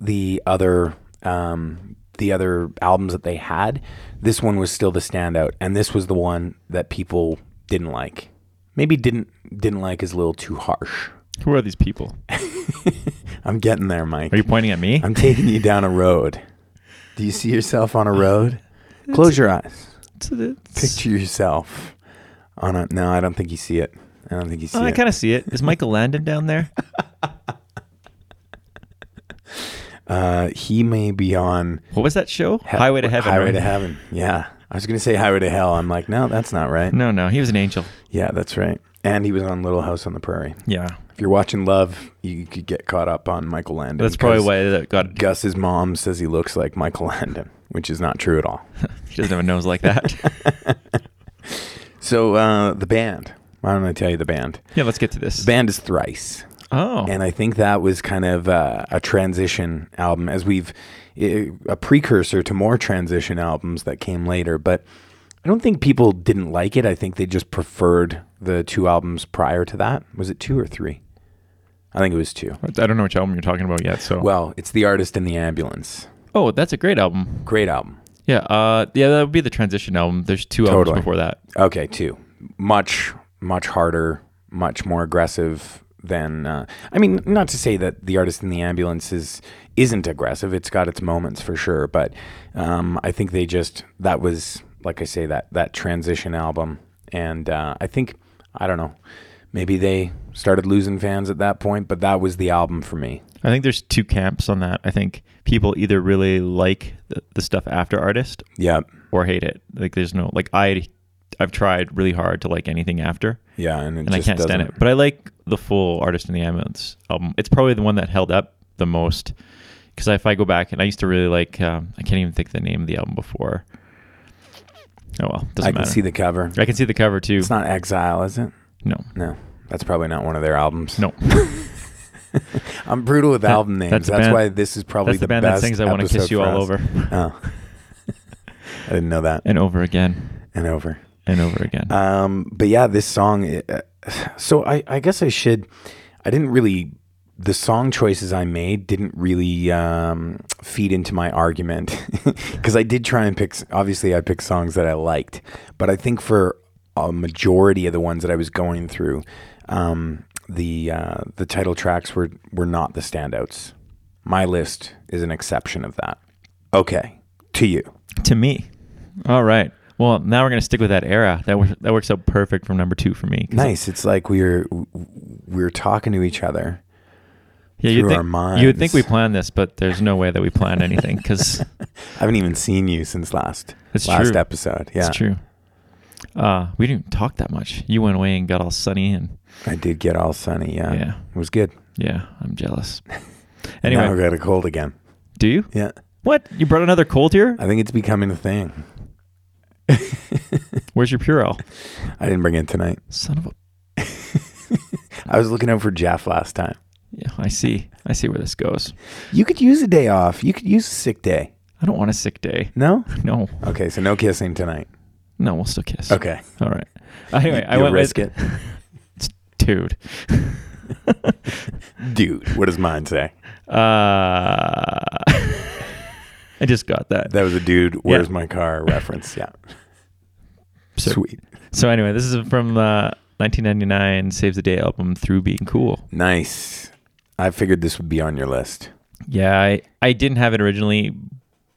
Speaker 1: the other um, the other albums that they had, this one was still the standout, and this was the one that people didn't like. Maybe didn't didn't like is a little too harsh.
Speaker 2: Who are these people?
Speaker 1: I'm getting there, Mike.
Speaker 2: Are you pointing at me?
Speaker 1: I'm taking you down a road. Do you see yourself on a road? Close your eyes. Picture yourself on a. No, I don't think you see it. I don't think you see
Speaker 2: Oh, I
Speaker 1: it.
Speaker 2: kind of see it. Is Michael Landon down there?
Speaker 1: uh, he may be on
Speaker 2: What was that show?
Speaker 1: he-
Speaker 2: Highway to Heaven.
Speaker 1: Highway
Speaker 2: right?
Speaker 1: to heaven. Yeah, I was gonna say highway to hell. I'm like, no, that's not right.
Speaker 2: No, no, he was an angel.
Speaker 1: Yeah, that's right. And he was on Little House on the Prairie.
Speaker 2: Yeah,
Speaker 1: If you're watching Love, you could get caught up on Michael Landon.
Speaker 2: that's probably
Speaker 1: 'cause
Speaker 2: why that got.
Speaker 1: Gus's mom says he looks like Michael Landon, which is not true at all.
Speaker 2: She doesn't have a nose like that.
Speaker 1: So uh, the band. Why don't I tell you the band?
Speaker 2: yeah, let's get to this.
Speaker 1: The band is Thrice.
Speaker 2: Oh,
Speaker 1: And I think that was kind of uh, a transition album, as we've i- a precursor to more transition albums that came later. But I don't think people didn't like it. I think they just preferred the two albums prior to that. Was it two or three? I think it was two.
Speaker 2: I don't know which album you're talking about yet. So,
Speaker 1: Well, it's The Artist in the Ambulance.
Speaker 2: oh, that's a great album.
Speaker 1: Great album.
Speaker 2: Yeah, uh, yeah, that would be the transition album. There's two
Speaker 1: Totally.
Speaker 2: albums before that.
Speaker 1: Okay, two. Much, much harder, much more aggressive than. Uh, I mean, not to say that the artist in the ambulance is isn't aggressive. It's got its moments for sure, but um, I think they just that was like I say that that transition album, and uh, I think I don't know. Maybe they started losing fans at that point, but that was the album for me.
Speaker 2: I think there's two camps on that. I think people either really like the, the stuff after Artist
Speaker 1: Yeah,
Speaker 2: or hate it. Like, there's no like I, I've tried really hard to like anything after.
Speaker 1: yeah, and it
Speaker 2: and I
Speaker 1: just
Speaker 2: can't
Speaker 1: doesn't,
Speaker 2: stand it. But I like the full Artist in the Ambulance album. It's probably the one that held up the most because if I go back and I used to really like, um, I can't even think the name of the album before. Oh well, doesn't
Speaker 1: I can
Speaker 2: matter.
Speaker 1: see the cover.
Speaker 2: I can see the cover too.
Speaker 1: It's not Exile, is it?
Speaker 2: no,
Speaker 1: No, that's probably not one of their albums.
Speaker 2: no,
Speaker 1: I'm brutal with album names. That's,
Speaker 2: that's the band-
Speaker 1: why this is probably
Speaker 2: that's the
Speaker 1: the
Speaker 2: band that
Speaker 1: best
Speaker 2: sings "I Want to Kiss
Speaker 1: episode
Speaker 2: You
Speaker 1: for
Speaker 2: All
Speaker 1: us.
Speaker 2: Over"
Speaker 1: Oh. I didn't know that.
Speaker 2: and over again
Speaker 1: And over.
Speaker 2: and over again.
Speaker 1: Um, but yeah, this song. uh, So I, I guess I should. I didn't really. The song choices I made didn't really um, feed into my argument because I did try and pick. Obviously, I picked songs that I liked, but I think for a majority of the ones that I was going through, um, the uh, the title tracks were were not the standouts. My list is an exception of that. Okay, to you.
Speaker 2: to me. All right. Well, now we're gonna stick with that era. That works, that works out perfect from number two for me. 'Cause-
Speaker 1: Nice. It's like we were we were talking to each other.
Speaker 2: Yeah, you
Speaker 1: through
Speaker 2: think
Speaker 1: our
Speaker 2: you would think we
Speaker 1: minds.
Speaker 2: planned this, but there's no way that we planned anything because
Speaker 1: I haven't even seen you since last
Speaker 2: It's
Speaker 1: last
Speaker 2: true.
Speaker 1: episode. Yeah,
Speaker 2: it's true. Uh, we didn't talk that much. You went away and got all sunny, and
Speaker 1: I did get all sunny. Yeah,
Speaker 2: Yeah.
Speaker 1: it was good.
Speaker 2: yeah, I'm jealous.
Speaker 1: And
Speaker 2: Anyway,
Speaker 1: now I got a cold again.
Speaker 2: do you?
Speaker 1: Yeah,
Speaker 2: What? You brought another cold here?
Speaker 1: I think it's becoming a thing.
Speaker 2: Where's your Purell?
Speaker 1: I didn't bring it tonight.
Speaker 2: Son of a.
Speaker 1: I was looking out for Jeff last time.
Speaker 2: Yeah, I see. I see where this goes.
Speaker 1: You could use a day off. You could use a sick day.
Speaker 2: I don't want a sick day.
Speaker 1: No?
Speaker 2: No,
Speaker 1: Okay, so no kissing tonight.
Speaker 2: no, we'll still kiss.
Speaker 1: Okay.
Speaker 2: All right. Anyway, I
Speaker 1: You'll
Speaker 2: went
Speaker 1: risk
Speaker 2: with dude.
Speaker 1: it. Dude, what does mine say?
Speaker 2: Uh, I just got that.
Speaker 1: That was a dude, where's
Speaker 2: Yeah.
Speaker 1: my car reference. Yeah.
Speaker 2: So-
Speaker 1: Sweet.
Speaker 2: So anyway, this is from uh, 1999 Save the Day album Through Being Cool.
Speaker 1: Nice. I figured this would be on your list.
Speaker 2: Yeah, I, I didn't have it originally,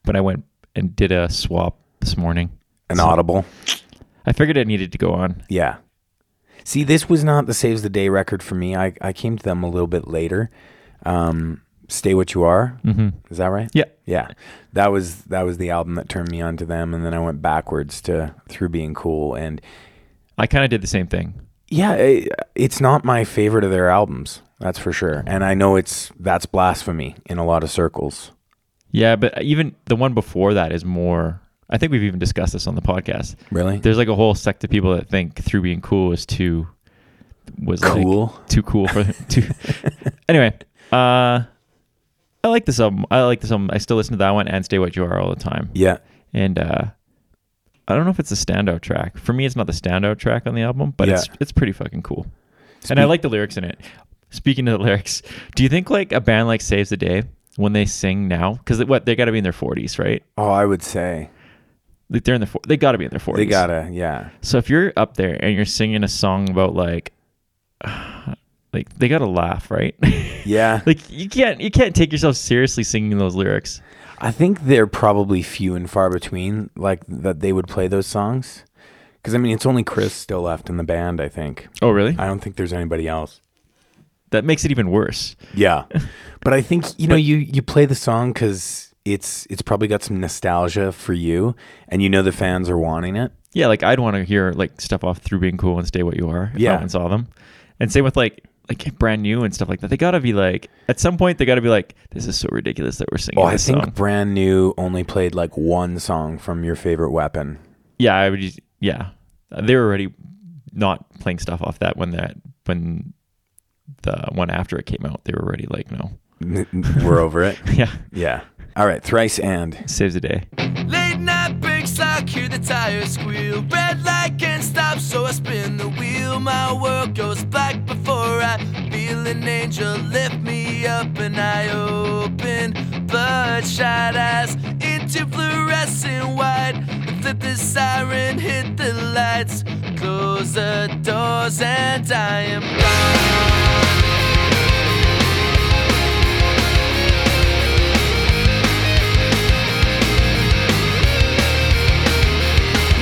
Speaker 2: but I went and did a swap this morning.
Speaker 1: An
Speaker 2: So-
Speaker 1: audible.
Speaker 2: I figured it needed to go on.
Speaker 1: Yeah. See, this was not the Saves the Day record for me. I, I came to them a little bit later. Um, Stay What You Are. Mm-hmm. Is that right?
Speaker 2: Yeah.
Speaker 1: Yeah. That was that was the album that turned me on to them and then I went backwards to Through Being Cool and
Speaker 2: I kind of did the same thing.
Speaker 1: yeah, it, it's not my favorite of their albums. That's for sure. And I know it's that's blasphemy in a lot of circles.
Speaker 2: Yeah, but even the one before that is more. I think we've even discussed this on the podcast.
Speaker 1: Really?
Speaker 2: There's like a whole sect of people that think Through Being Cool is too was like,
Speaker 1: Cool?
Speaker 2: too cool for too. anyway, uh, I like this album. I like this album. I still listen to that one and Stay What You Are all the time.
Speaker 1: Yeah.
Speaker 2: and uh, I don't know if it's a standout track. For me, it's not the standout track on the album, but it's
Speaker 1: Yeah.
Speaker 2: it's pretty fucking cool. and I
Speaker 1: Speak-
Speaker 2: like the lyrics in it. Speaking of the lyrics, do you think like a band like Saves the Day when they sing now? Because what they got to be in their forties, right?
Speaker 1: Oh, I would say
Speaker 2: Like they're in their four, they got to be in their forties.
Speaker 1: they gotta. Yeah.
Speaker 2: So if you're up there and you're singing a song about like, like they got to laugh, right?
Speaker 1: Yeah.
Speaker 2: like you can't you can't take yourself seriously singing those lyrics.
Speaker 1: I think they're probably few and far between. Like that they would play those songs. Because I mean, it's only Chris still left in the band. I think.
Speaker 2: Oh, really?
Speaker 1: I don't think there's anybody else.
Speaker 2: that makes it even worse.
Speaker 1: Yeah. But I think you know you you play the song because it's it's probably got some nostalgia for you, and you know the fans are wanting it.
Speaker 2: Yeah, like I'd want to hear like stuff off through being cool and stay what you are. If
Speaker 1: Yeah.
Speaker 2: no one saw them, and same with like like brand new and stuff like that. They gotta be like at some point they gotta be like this is so ridiculous that we're singing
Speaker 1: Oh, I
Speaker 2: this
Speaker 1: think
Speaker 2: song.
Speaker 1: brand new only played like one song from your favorite weapon.
Speaker 2: Yeah, I would. Just, yeah, they were already not playing stuff off that when that when the one after it came out. They were already like no.
Speaker 1: We're over it.
Speaker 2: Yeah,
Speaker 1: Yeah. All right. Thrice and
Speaker 2: saves the day.
Speaker 10: Late night big sock, hear the tires squeal. Red light can't stop, so I spin the wheel. My world goes black before I feel an angel lift me up, and I open bloodshot eyes into fluorescent white. Flip the siren, hit the lights, close the doors, and I am gone.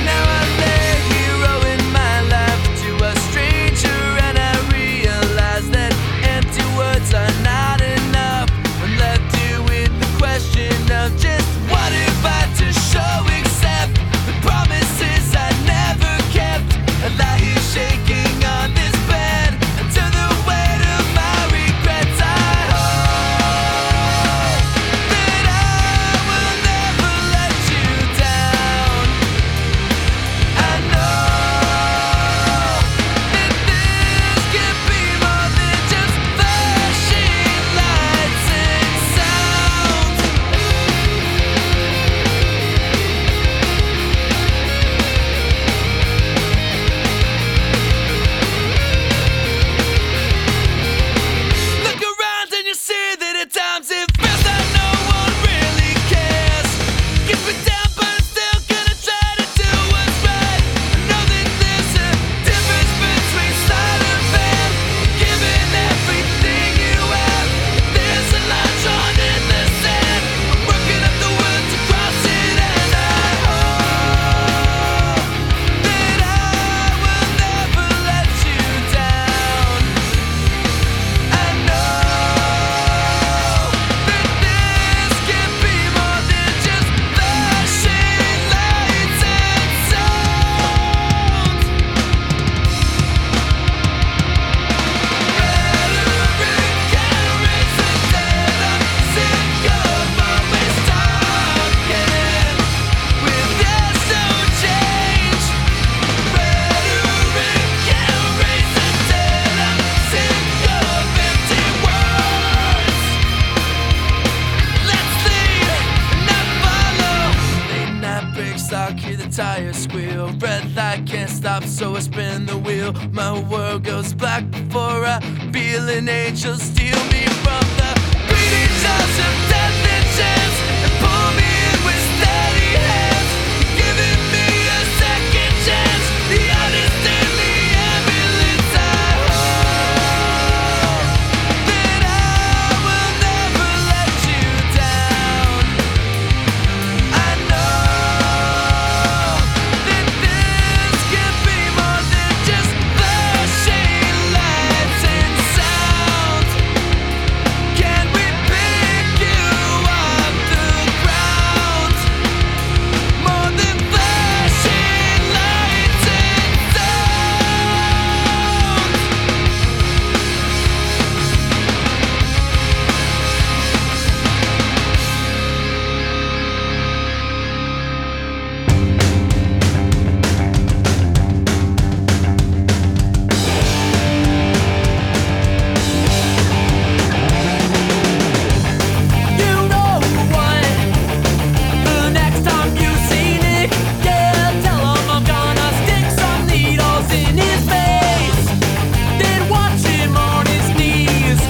Speaker 10: Now I lay hero in my life to a stranger, and I realize that empty words are not enough. I'm left here with the question of just what if I to show accept the promises I never kept. I lie here shaking on this bed until the way I can't stop, so I spin the wheel. My world goes black before I feel an angel steal me from the bleeding jaws of death and chance and pull me in with steady hands. You're giving me a second chance. The honest daily ambulance I hold. That I will never let you down. I know that this could be more than just flashing lights and sounds. Can we pick you off the ground? More than flashing lights and sounds. You know what? The next time you see Nick, yeah, tell him I'm gonna stick some needles in his face. Then watch him on his knees.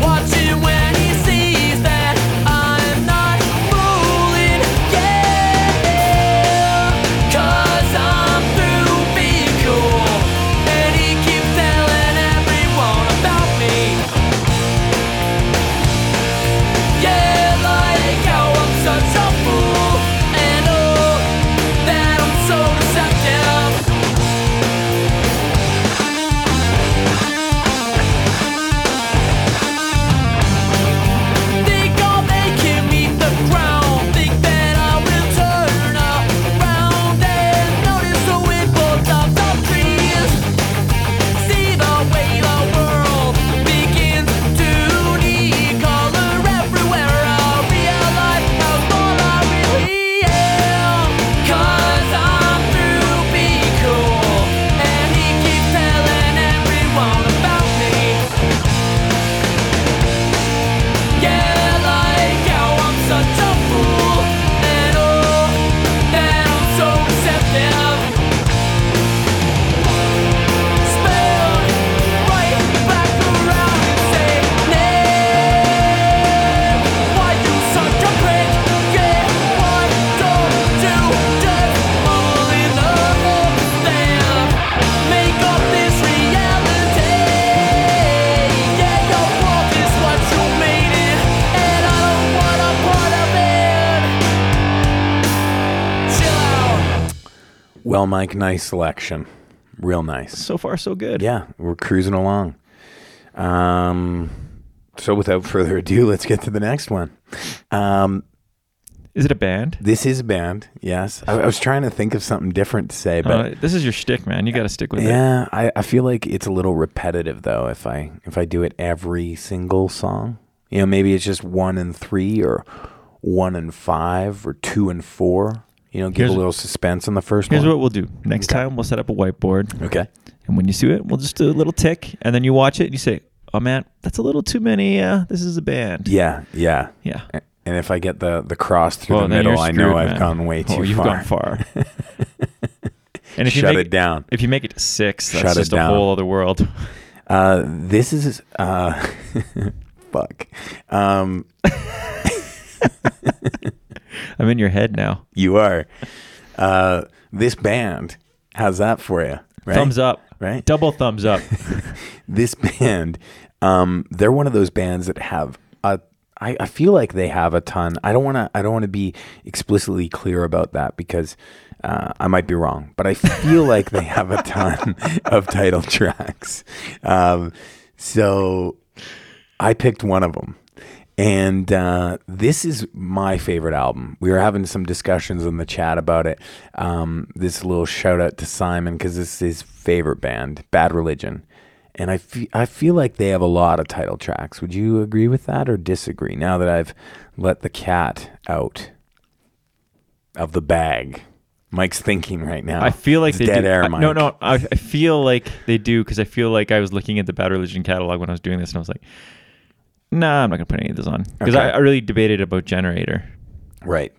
Speaker 10: Watch him when he sees that I'm not fooling, yeah. 'Cause I'm through being cool, and he keeps telling everyone about me. Yeah, like how I'm such a fool And oh, that I'm so deceptive Think I'll make him eat the ground Think that I will turn around And notice the windfall of the trees See the way the world begins to need color everywhere. I realize how small I really am. Cause I'm through being cool. And he keeps telling everyone about me. Yeah, like how I'm such a fool. And oh, that I'm so receptive. Spelled right back around and say, Nick, why you such a prick? Yeah, why don't you just fall in love and make up this reality? Yeah, your world is what you made it, and I don't want a part of it. Chill out.
Speaker 1: Well, Mike, nice selection. Real nice.
Speaker 2: So far, so good.
Speaker 1: Yeah, we're cruising along. Um, so without further ado, let's get to the next one. Um,
Speaker 2: Is it a band?
Speaker 1: this is a band. Yes, I, I was trying to think of something different to say, but
Speaker 2: Uh, this is your shtick, man. You got to stick with it.
Speaker 1: yeah, I, I feel like it's a little repetitive though. If I if I do it every single song, you know, maybe it's just one and three or one and five or two and four. You know, give
Speaker 2: Here's-
Speaker 1: a little suspense on the first
Speaker 2: Here's what
Speaker 1: one.
Speaker 2: we'll do. Next
Speaker 1: Okay.
Speaker 2: time, we'll set up a whiteboard.
Speaker 1: okay.
Speaker 2: And when you see it, we'll just do a little tick, and then you watch it and you say, "Oh man, that's a little too many. Uh, this is a band."
Speaker 1: Yeah, yeah.
Speaker 2: Yeah.
Speaker 1: A- And if I get the the cross through
Speaker 2: Well,
Speaker 1: the
Speaker 2: then you're
Speaker 1: middle, I know
Speaker 2: screwed,
Speaker 1: I've
Speaker 2: man.
Speaker 1: gone way
Speaker 2: Oh,
Speaker 1: too
Speaker 2: you've
Speaker 1: far.
Speaker 2: gone far. and if you
Speaker 1: Shut
Speaker 2: make,
Speaker 1: it down.
Speaker 2: If you make it to six, that's
Speaker 1: Shut it
Speaker 2: just a
Speaker 1: down.
Speaker 2: whole other world.
Speaker 1: Uh, this is uh, fuck. Um,
Speaker 2: I'm in your head now.
Speaker 1: you are. Uh, this band. How's that for you? Right?
Speaker 2: Thumbs up.
Speaker 1: Right.
Speaker 2: Double thumbs up.
Speaker 1: this band, um, they're one of those bands that have a. I, I feel like they have a ton. I don't want to. I don't want to be explicitly clear about that because uh, I might be wrong. But I feel like they have a ton of title tracks. Um, so I picked one of them. And uh, this is my favorite album. We were having some discussions in the chat about it. Um, this little shout out to Simon because this is his favorite band, Bad Religion. And I fe- I feel like they have a lot of title tracks. Would you agree with that or disagree now that I've let the cat out of the bag? Mike's thinking right now.
Speaker 2: I feel like
Speaker 1: It's
Speaker 2: they
Speaker 1: dead
Speaker 2: do.
Speaker 1: air,
Speaker 2: I-
Speaker 1: Mike.
Speaker 2: No, no. I, I feel like they do because I feel like I was looking at the Bad Religion catalog when I was doing this, and I was like, "Nah, I'm not gonna put any of this on." Because
Speaker 1: Okay.
Speaker 2: I, I really debated about Generator.
Speaker 1: Right.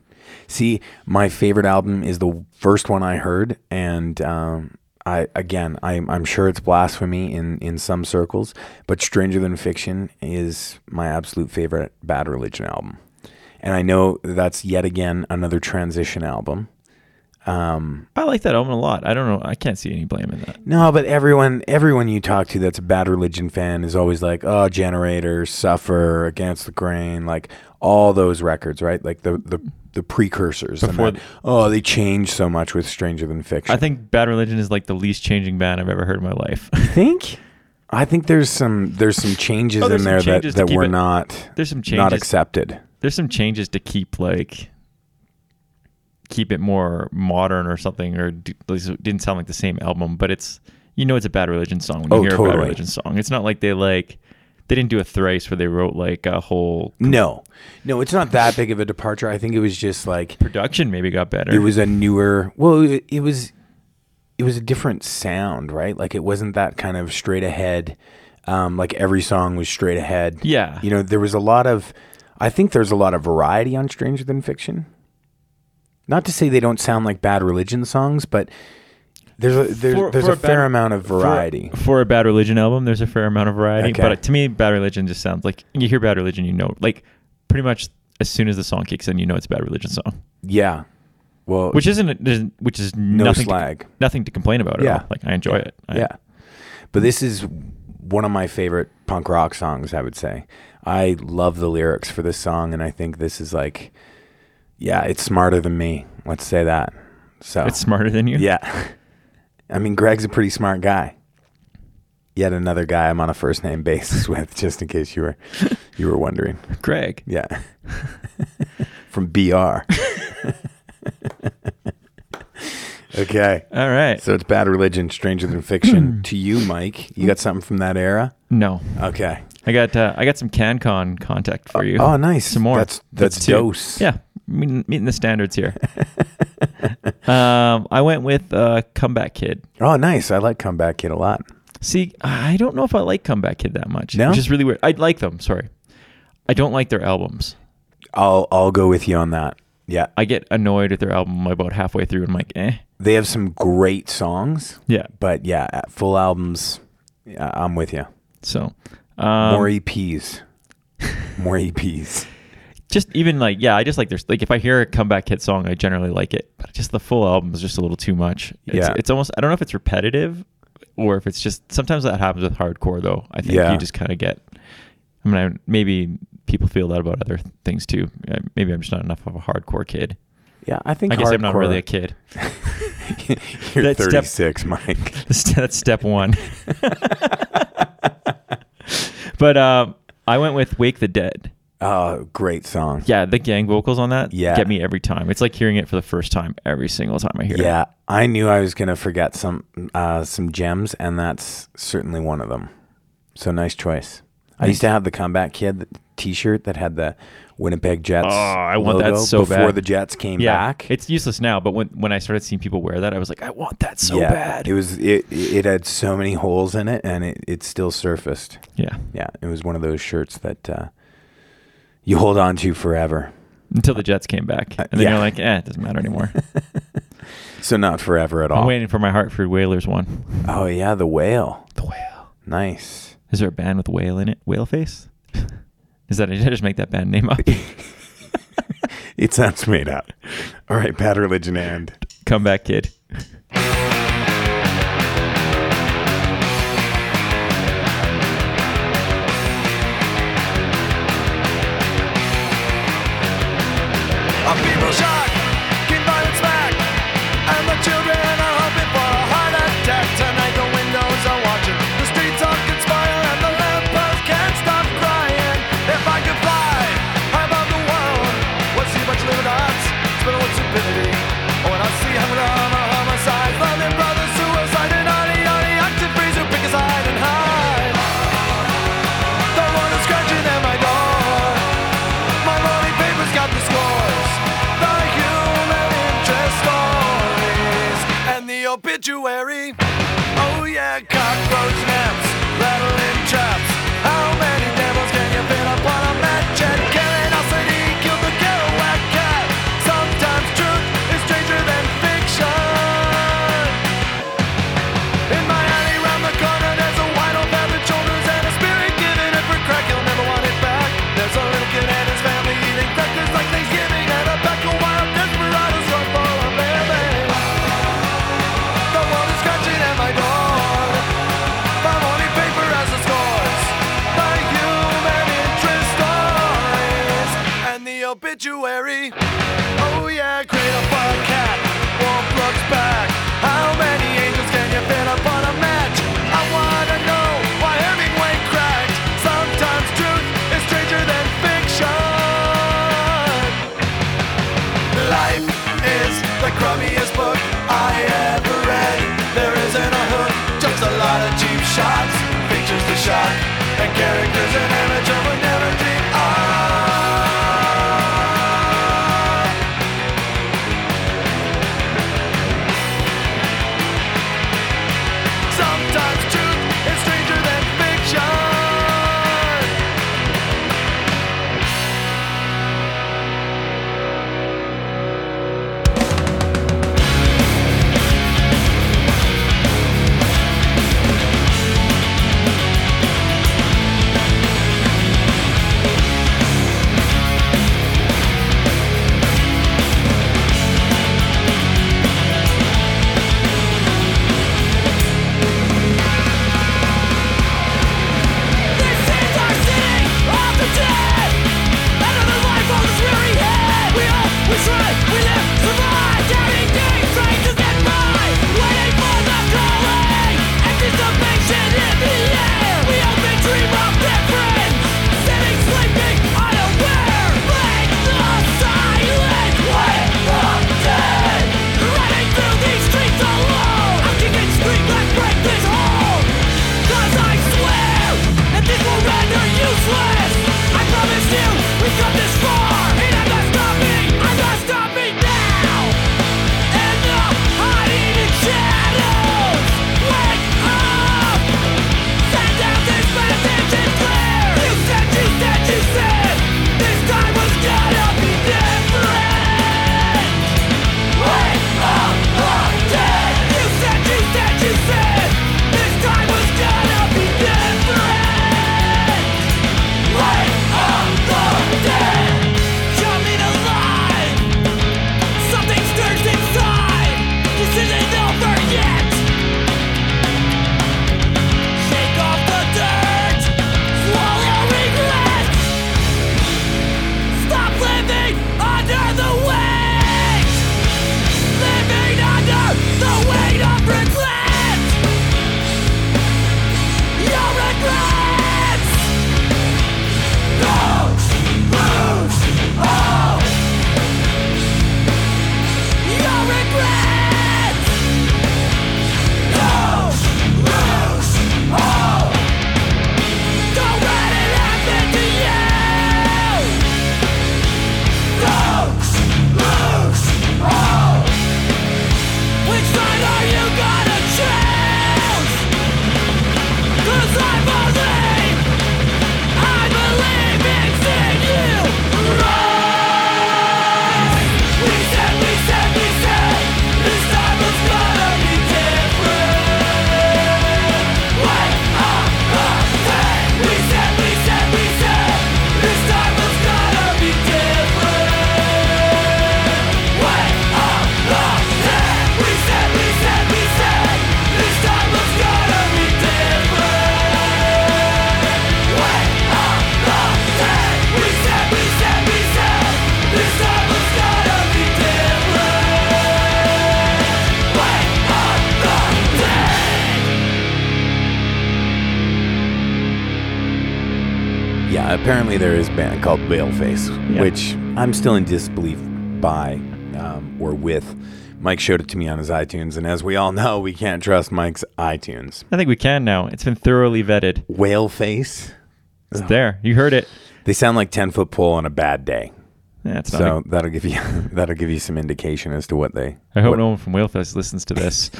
Speaker 1: See, my favorite album is the first one I heard, and um, I again, I'm, I'm sure it's blasphemy in in some circles, but Stranger Than Fiction is my absolute favorite Bad Religion album, and I know that's yet again another transition album. Um,
Speaker 2: I like that album a lot. I don't know. I can't see any blame in that.
Speaker 1: no, but everyone everyone you talk to that's a Bad Religion fan is always like, "Oh, Generator, Suffer, Against the Grain," like all those records, right? Like the the the precursors. and
Speaker 2: Before
Speaker 1: that- oh, they changed so much with Stranger Than Fiction.
Speaker 2: I think Bad Religion is like the least changing band I've ever heard in my life.
Speaker 1: think I think there's some there's some changes
Speaker 2: Oh, there's
Speaker 1: in
Speaker 2: some
Speaker 1: there
Speaker 2: changes to
Speaker 1: that, that
Speaker 2: keep
Speaker 1: were
Speaker 2: it-
Speaker 1: not
Speaker 2: there's some
Speaker 1: not
Speaker 2: changes.
Speaker 1: accepted.
Speaker 2: There's some changes to keep like keep it more modern or something, or d- at least it didn't sound like the same album. But it's you know it's a Bad Religion song when you
Speaker 1: Oh,
Speaker 2: hear a Bad
Speaker 1: totally.
Speaker 2: Religion song. It's not like they like they didn't do a thrice where they wrote like a whole
Speaker 1: No, no, it's not that big of a departure. I think it was just like
Speaker 2: production. Maybe got better.
Speaker 1: it was a newer. Well, it, it was it was a different sound, right? Like it wasn't that kind of straight ahead. Um, like every song was straight ahead.
Speaker 2: Yeah.
Speaker 1: you know there was a lot of. I think there's a lot of variety on Stranger Than Fiction. Not to say they don't sound like Bad Religion songs, but there's a, there's,
Speaker 2: For-
Speaker 1: there's
Speaker 2: for
Speaker 1: a,
Speaker 2: a Bad-
Speaker 1: fair amount of
Speaker 2: For-
Speaker 1: variety.
Speaker 2: For, a Bad Religion album, there's a fair amount of variety.
Speaker 1: Okay.
Speaker 2: But to me, Bad Religion just sounds like you hear Bad Religion, you know, like pretty much as soon as the song kicks in, you know it's a Bad Religion song,
Speaker 1: Yeah. Well,
Speaker 2: which isn't, isn't which is
Speaker 1: no
Speaker 2: nothing
Speaker 1: slag.
Speaker 2: To, nothing to complain about.
Speaker 1: Yeah.
Speaker 2: at all. like I enjoy it. I-
Speaker 1: yeah. But this is one of my favorite punk rock songs, I would say. I love the lyrics for this song, and I think this is like, yeah, it's smarter than me. Let's say that. So,
Speaker 2: it's smarter than you.
Speaker 1: Oh. yeah. I mean, Greg's a pretty smart guy. Yet another guy I'm on a first name basis with, just in case you were you were wondering.
Speaker 2: Greg.
Speaker 1: Yeah. From BR. okay.
Speaker 2: All right.
Speaker 1: So it's Bad Religion, Stranger Than
Speaker 2: Hmm.
Speaker 1: Fiction. to you, Mike, you got something from that era?
Speaker 2: No,
Speaker 1: Okay.
Speaker 2: I got uh, I got some CanCon contact for you.
Speaker 1: Oh, nice.
Speaker 2: Some more.
Speaker 1: That's that's,
Speaker 2: two.
Speaker 1: dose.
Speaker 2: Yeah, meeting, meeting the standards here. um, I went with uh, Comeback Kid.
Speaker 1: Oh, nice. I like Comeback Kid a lot.
Speaker 2: See, I don't know if I like Comeback Kid that much.
Speaker 1: No?
Speaker 2: Which is really weird. I like them, sorry. I don't like their albums.
Speaker 1: I'll I'll go with you on that. Yeah.
Speaker 2: I get annoyed at their album about halfway through and I'm like, eh.
Speaker 1: They have some great songs,
Speaker 2: Yeah.
Speaker 1: but yeah, at full albums, yeah, I'm with you.
Speaker 2: So um,
Speaker 1: More EPs. More E EPs.
Speaker 2: just even like yeah, I just like their like if I hear a comeback hit song, I generally like it. But just the full album is just a little too much. It's,
Speaker 1: Yeah.
Speaker 2: it's almost I don't know if it's repetitive or if it's just sometimes that happens with hardcore though. I think
Speaker 1: Yeah.
Speaker 2: you just kind of get. I mean, I, maybe people feel that about other things too. Uh, Maybe I'm just not enough of a hardcore kid.
Speaker 1: Yeah, I think
Speaker 2: I guess I'm not
Speaker 1: hardcore-
Speaker 2: really a kid.
Speaker 1: You're
Speaker 2: That step-
Speaker 1: 36, Mike.
Speaker 2: That's that's step one. but um, I went with Wake the Dead.
Speaker 1: Oh, great song.
Speaker 2: Yeah, the gang vocals on that
Speaker 1: Yeah.
Speaker 2: get me every time. It's like hearing it for the first time every single time I hear it.
Speaker 1: Yeah, I knew I was gonna forget some uh, some gems, and that's certainly one of them. So nice choice. I used to have the Comeback Kid T-shirt that had the Winnipeg Jets.
Speaker 2: Oh, I want that
Speaker 1: logo
Speaker 2: so
Speaker 1: before
Speaker 2: bad.
Speaker 1: the Jets came
Speaker 2: Yeah,
Speaker 1: back.
Speaker 2: it's useless now, but when when I started seeing people wear that, I was like, I want that so
Speaker 1: yeah,
Speaker 2: bad.
Speaker 1: It was it it had so many holes in it, and it it still surfaced.
Speaker 2: yeah,
Speaker 1: Yeah, it was one of those shirts that uh, you hold on to forever.
Speaker 2: until the Jets came back, and then
Speaker 1: yeah.
Speaker 2: you're like, eh, it doesn't matter anymore.
Speaker 1: So not forever at all.
Speaker 2: I'm waiting for my Hartford Whalers one.
Speaker 1: Oh yeah, the whale.
Speaker 2: The whale.
Speaker 1: Nice.
Speaker 2: Is there a band with whale in it? Whale face. Is that? Did I just make that band name up?
Speaker 1: It sounds made up. All right, bad religion and.
Speaker 2: Comeback Kid.
Speaker 10: Our people shot, get violence back, and the children are hoping for a heart attack. Tonight the windows are watching, the streets all conspire, and the lamppost can't stop crying. If I could fly high above the world, would see much limited arts, spin with stupidity. When I see how many on our homicides, loving brothers suicide, and naughty, naughty active freeze who pick a side and hide. The one is scratching at my door. My morning paper's got the scores, the human interest stories, and the obituary. Oh yeah, cockroach naps, rattling traps. How many devils can you fit upon a match? And killing us an equal the Kerouac cat. Sometimes obituary. Oh yeah, great up on a cat, warm looks back. How many angels can you fit up on a match? I wanna know why Hemingway cracked. Sometimes truth is stranger than fiction. Life is the crummiest book I ever read. There isn't a hook, just a lot of cheap shots, pictures to shock, and characters an amateur would never dream of. Sometimes truth is stranger than fiction.
Speaker 11: Yeah, apparently there is a band called Baleface,
Speaker 2: Yeah.
Speaker 11: which I'm still in disbelief by um, or with. Mike showed it to me on his iTunes, and as we all know, we can't trust Mike's iTunes.
Speaker 2: I think we can now. It's been thoroughly vetted.
Speaker 11: Whale face.
Speaker 2: It's there. You heard it.
Speaker 11: They sound like ten foot pole on a bad day.
Speaker 2: Yeah, it's
Speaker 11: so
Speaker 2: not.
Speaker 11: that'll give you that'll give you some indication as to what they.
Speaker 2: I hope
Speaker 11: what-
Speaker 2: no one from Whalefest listens to this.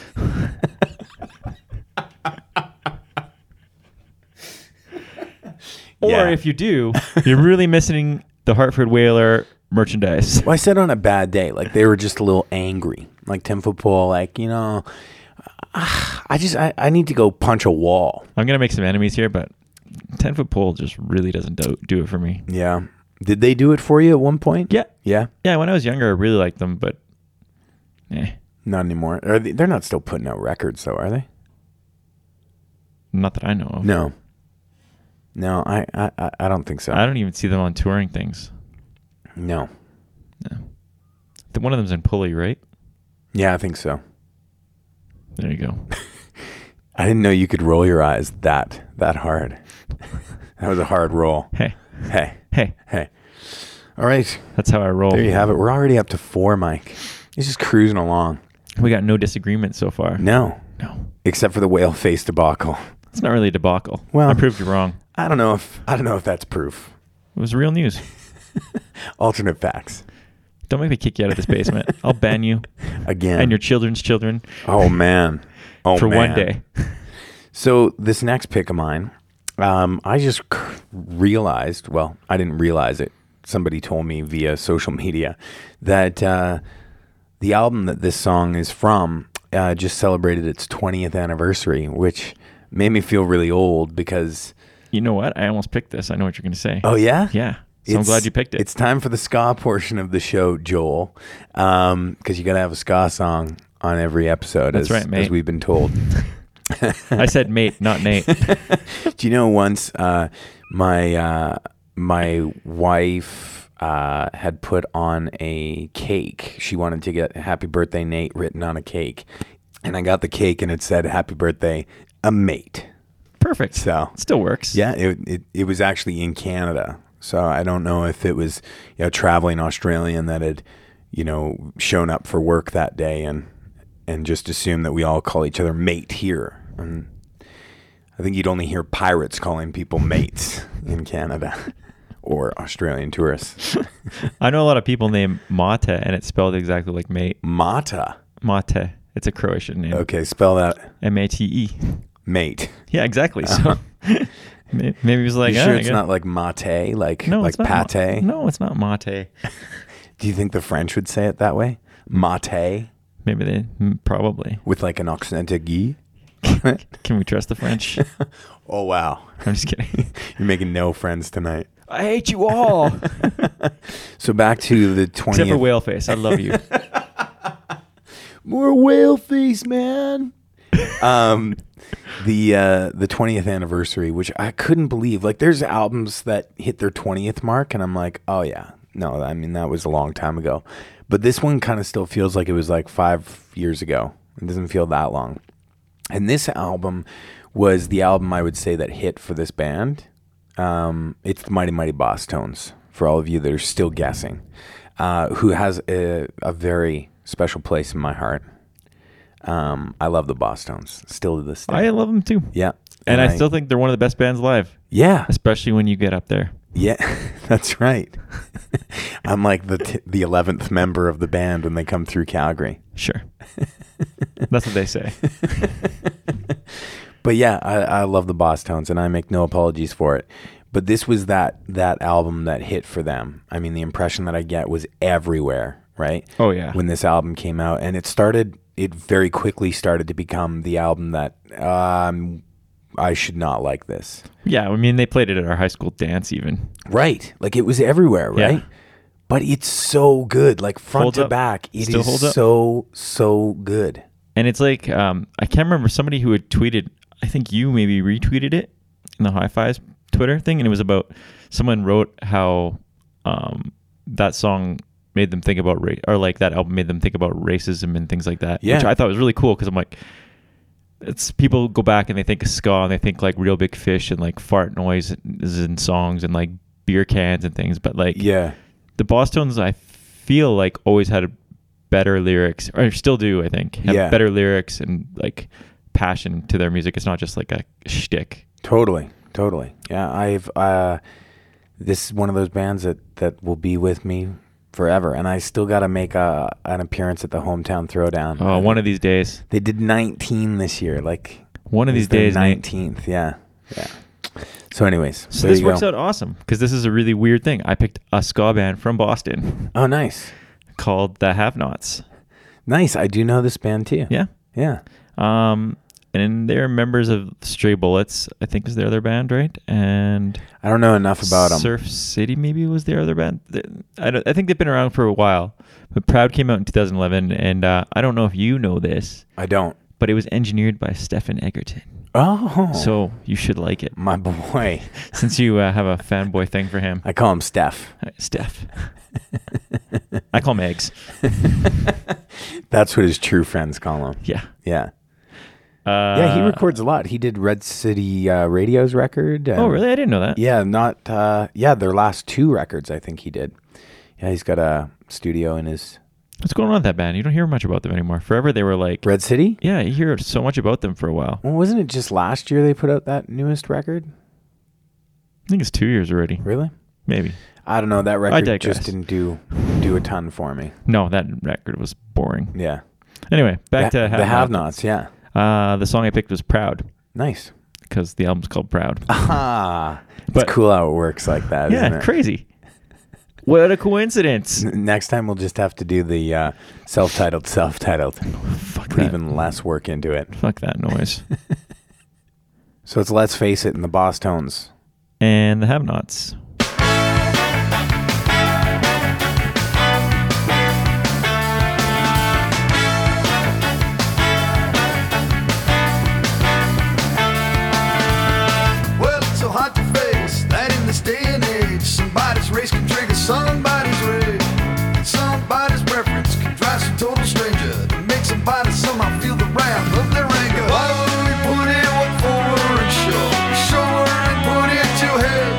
Speaker 2: or
Speaker 11: Yeah.
Speaker 2: if you do, you're really missing the Hartford Whaler merchandise.
Speaker 11: Well, I said on a bad day, like they were just a little angry, like ten foot pole, like you know, ah, I just I, I need to go punch a wall.
Speaker 2: I'm gonna make some enemies here, but ten foot pole just really doesn't do, do it for me.
Speaker 11: Yeah. Did they do it for you at one point?
Speaker 2: Yeah,
Speaker 11: Yeah.
Speaker 2: yeah. When I was younger, I really liked them, but eh,
Speaker 11: Not anymore. Are they, they're not still putting out records, though, are they?
Speaker 2: not that I know of.
Speaker 11: No. No, I I, I- I don't think so.
Speaker 2: I don't even see them on touring things.
Speaker 11: no.
Speaker 2: The- One of them's in Pulley, right?
Speaker 1: Yeah, I think so.
Speaker 2: There you go.
Speaker 1: I didn't know you could roll your eyes that that hard. that was a hard roll.
Speaker 2: hey,
Speaker 1: Hey,
Speaker 2: hey,
Speaker 1: hey. All right,
Speaker 2: that's how I roll.
Speaker 1: there you have it. We're already up to four, Mike. It's just cruising along.
Speaker 2: We got no disagreement so far.
Speaker 1: No,
Speaker 2: No.
Speaker 1: except for the whale face debacle.
Speaker 2: It's not really a debacle.
Speaker 1: Well-
Speaker 2: I proved you wrong.
Speaker 1: I don't know if I don't know if that's proof.
Speaker 2: It was real news.
Speaker 1: Alternate facts
Speaker 2: Don't make me kick you out of this basement. I'll ban you
Speaker 1: again.
Speaker 2: and your children's children
Speaker 1: oh man, oh
Speaker 2: for one
Speaker 1: man.
Speaker 2: day.
Speaker 1: So this next pick of mine, um, I just c- realized. Well, I didn't realize it. Somebody told me via social media that uh, the album that this song is from uh, just celebrated its 20th anniversary, which made me feel really old because.
Speaker 2: You know what? I almost picked this. I know what you're going to say.
Speaker 1: Oh yeah,
Speaker 2: Yeah. So I'm glad you picked it.
Speaker 1: It's time for the ska portion of the show, Joel, because you got to have a ska song on every episode. as,
Speaker 2: That's right, mate.
Speaker 1: As we've been told.
Speaker 2: I said mate, not Nate.
Speaker 1: Do you know once uh, my uh, my wife uh, had put on a cake. She wanted to get "Happy Birthday, Nate" written on a cake, and I got the cake, and it said "Happy Birthday, a mate."
Speaker 2: Perfect.
Speaker 1: So
Speaker 2: It still works.
Speaker 1: yeah, it it, it was actually in Canada. So I don't know if it was you know, traveling Australian that had you know shown up for work that day and and just assumed that we all call each other mate here. And I think you'd only hear pirates calling people mates in Canada or Australian tourists.
Speaker 2: I know a lot of people named Mata, and it's spelled exactly like mate.
Speaker 1: Mata.
Speaker 2: Mate. It's a Croatian name.
Speaker 1: Okay, spell that
Speaker 2: M A T E.
Speaker 1: mate.
Speaker 2: Yeah, exactly. So may- maybe it was like,
Speaker 1: Uh-huh. you
Speaker 2: "Ah,
Speaker 1: sure
Speaker 2: I
Speaker 1: it's
Speaker 2: guess-
Speaker 1: not like mate, like
Speaker 2: no,
Speaker 1: like
Speaker 2: it's not ma-
Speaker 1: pate?
Speaker 2: no, it's not mate.
Speaker 1: Do you think the French would say it that way? Mate.
Speaker 2: Maybe they mm, probably.
Speaker 1: with like an accent de guy.
Speaker 2: Can we trust the French?
Speaker 1: Oh wow,
Speaker 2: I'm just kidding.
Speaker 1: you're making no friends tonight.
Speaker 2: I hate you all.
Speaker 1: So back to the twentieth.
Speaker 2: Except for whale face. I love you.
Speaker 1: More whale face, man. um, the uh, the twentieth anniversary, which I couldn't believe. Like, there's albums that hit their twentieth mark, and I'm like, oh yeah, no, I mean that was a long time ago. But this one kind of still feels like it was like five years ago. It doesn't feel that long. And this album was the album I would say that hit for this band. Um, it's the Mighty Mighty Boss Tones for all of you that are still guessing, uh, who has a, a very special place in my heart. Um, I love the Boss Tones still to this day.
Speaker 2: I love them too.
Speaker 1: yeah,
Speaker 2: And, I, still think they're one of the best bands live,
Speaker 1: yeah
Speaker 2: especially when you get up there.
Speaker 1: yeah that's right. I'm like the t- the eleventh member of the band when they come through Calgary.
Speaker 2: Sure. That's what they say.
Speaker 1: But yeah, I, I love the Boss Tones, and I make no apologies for it. But this was that that album that hit for them. I mean, the impression that I get was everywhere, right?
Speaker 2: Oh, yeah.
Speaker 1: When this album came out, and it started, it very quickly started to become the album that um, I should not like this,
Speaker 2: Yeah, I mean, they played it at our high school dance, even.
Speaker 1: right? Like it was everywhere,
Speaker 2: Yeah.
Speaker 1: right? But it's so good, like front
Speaker 2: Holds
Speaker 1: to
Speaker 2: up.
Speaker 1: back, it is
Speaker 2: Still holds up.
Speaker 1: so so good.
Speaker 2: And it's like, um, I can't remember somebody who had tweeted, I think you maybe retweeted it in the Hi Fi's Twitter thing. And it was about someone wrote how um, that song made them think about race, or like that album made them think about racism and things like that. Which
Speaker 1: Yeah.
Speaker 2: I thought was really cool because I'm like, it's people go back and they think of ska and they think like real big fish and like fart noises and songs and like beer cans and things. But like,
Speaker 1: Yeah,
Speaker 2: the Boston's I feel like always had better lyrics or still do I think have
Speaker 1: Yeah.
Speaker 2: better lyrics and like passion to their music. It's not just like a shtick.
Speaker 1: Totally, totally. Yeah, I've uh, this is one of those bands that that will be with me forever, and I still got to make a an appearance at the hometown throwdown.
Speaker 2: Oh, one of these days,
Speaker 1: they did 19 this year. Like
Speaker 2: one of
Speaker 1: it's
Speaker 2: these
Speaker 1: their
Speaker 2: days, Nate.
Speaker 1: 19th. Yeah, yeah. So, anyways,
Speaker 2: So
Speaker 1: there
Speaker 2: this
Speaker 1: you
Speaker 2: works
Speaker 1: go.
Speaker 2: out awesome because this is a really weird thing. I picked a ska band from Boston
Speaker 1: Oh, nice,
Speaker 2: called the Have Nots.
Speaker 1: nice. I do know this band too.
Speaker 2: Yeah.
Speaker 1: yeah.
Speaker 2: Um, and they're members of Stray Bullets, I think is their other band, right? And
Speaker 1: I don't know enough about them.
Speaker 2: Surf City maybe was their other band. Th- I, don't, I think they've been around for a while. But Proud came out in 2011, and uh, I don't know if you know this,
Speaker 1: I don't.
Speaker 2: but it was engineered by Stefan Egerton.
Speaker 1: Oh,
Speaker 2: So you should like it,
Speaker 1: my boy.
Speaker 2: since you uh, have a fanboy thing for him.
Speaker 1: I call him Steph.
Speaker 2: Uh, Steph. I I call him eggs.
Speaker 1: That's what his true friends call him.
Speaker 2: Yeah.
Speaker 1: Yeah.
Speaker 2: Uh,
Speaker 1: yeah, he records a lot. He did Red City uh, Radio's record.
Speaker 2: Oh,
Speaker 1: and-
Speaker 2: really? I didn't know that.
Speaker 1: Yeah, not uh, yeah, their last two records I think he did. Yeah, he's got a studio in his
Speaker 2: What's going on with that band? You don't hear much about them anymore. Forever they were like,
Speaker 1: Red City?
Speaker 2: yeah, you hear so much about them for a while.
Speaker 1: Well, wasn't it just last year they put out that newest record?
Speaker 2: I think it's two years already.
Speaker 1: Really?
Speaker 2: Maybe.
Speaker 1: I don't know. That record
Speaker 2: digress.
Speaker 1: just didn't do do a ton for me.
Speaker 2: No, that record was boring.
Speaker 1: Yeah.
Speaker 2: Anyway, back
Speaker 1: the,
Speaker 2: to
Speaker 1: the have-nots. Yeah.
Speaker 2: Uh, the song I picked was Proud
Speaker 1: Nice.
Speaker 2: because the album's called Proud.
Speaker 1: Ah,
Speaker 2: But-
Speaker 1: it's cool how it works like that.
Speaker 2: yeah,
Speaker 1: isn't it?
Speaker 2: crazy. What a coincidence.
Speaker 1: N- Next time we'll just have to do the uh, self-titled, self-titled.
Speaker 2: Fuck
Speaker 1: Put
Speaker 2: that.
Speaker 1: even less work into it.
Speaker 2: Fuck that noise.
Speaker 1: So it's let's face it in the Boss Tones.
Speaker 2: and the Have Nots.
Speaker 10: Well, it's so hot to face that in this day and age, somebody's race can trigger somebody's rage. Somebody's preference can drive some total stranger to make somebody somehow feel the wrath of their anger. Why would we put in what for and show, show her and put it to head?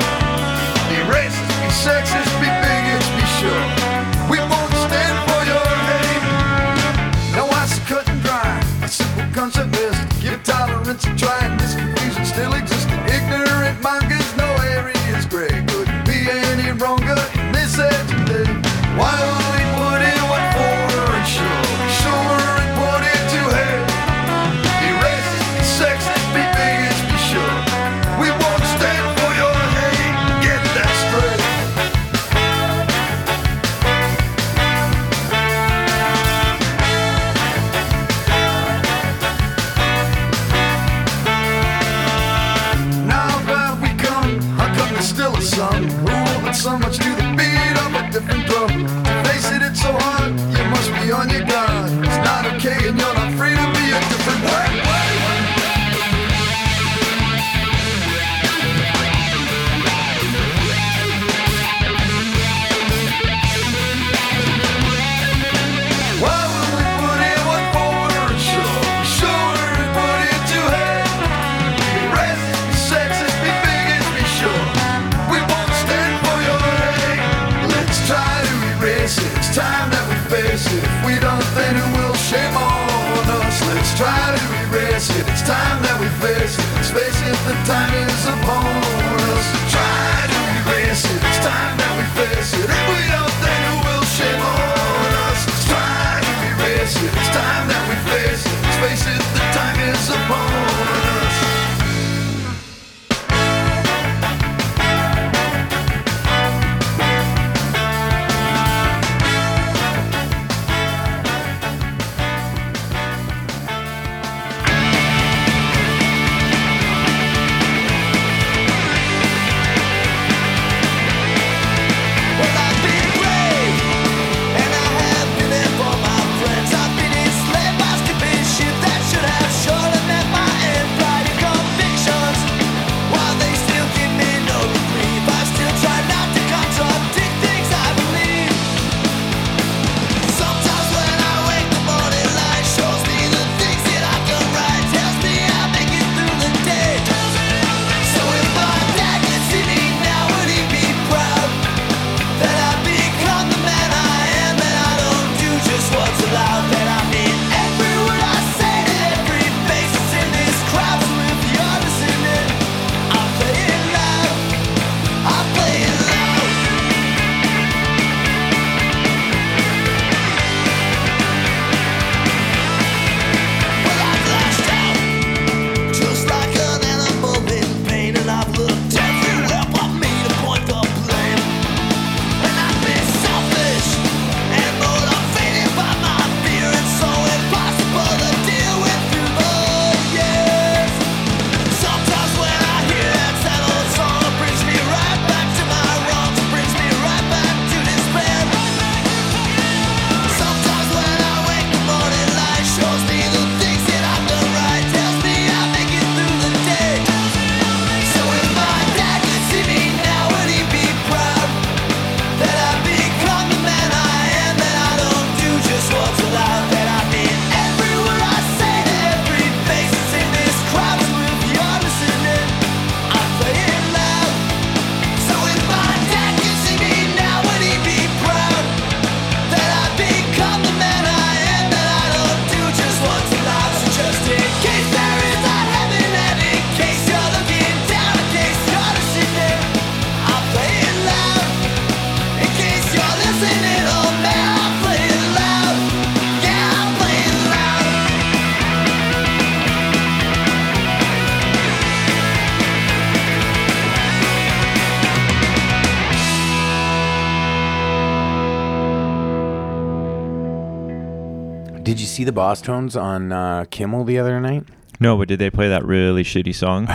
Speaker 1: Did you see the Boss Tones on uh, Kimmel the other night?
Speaker 2: No, but did they play that really shitty song?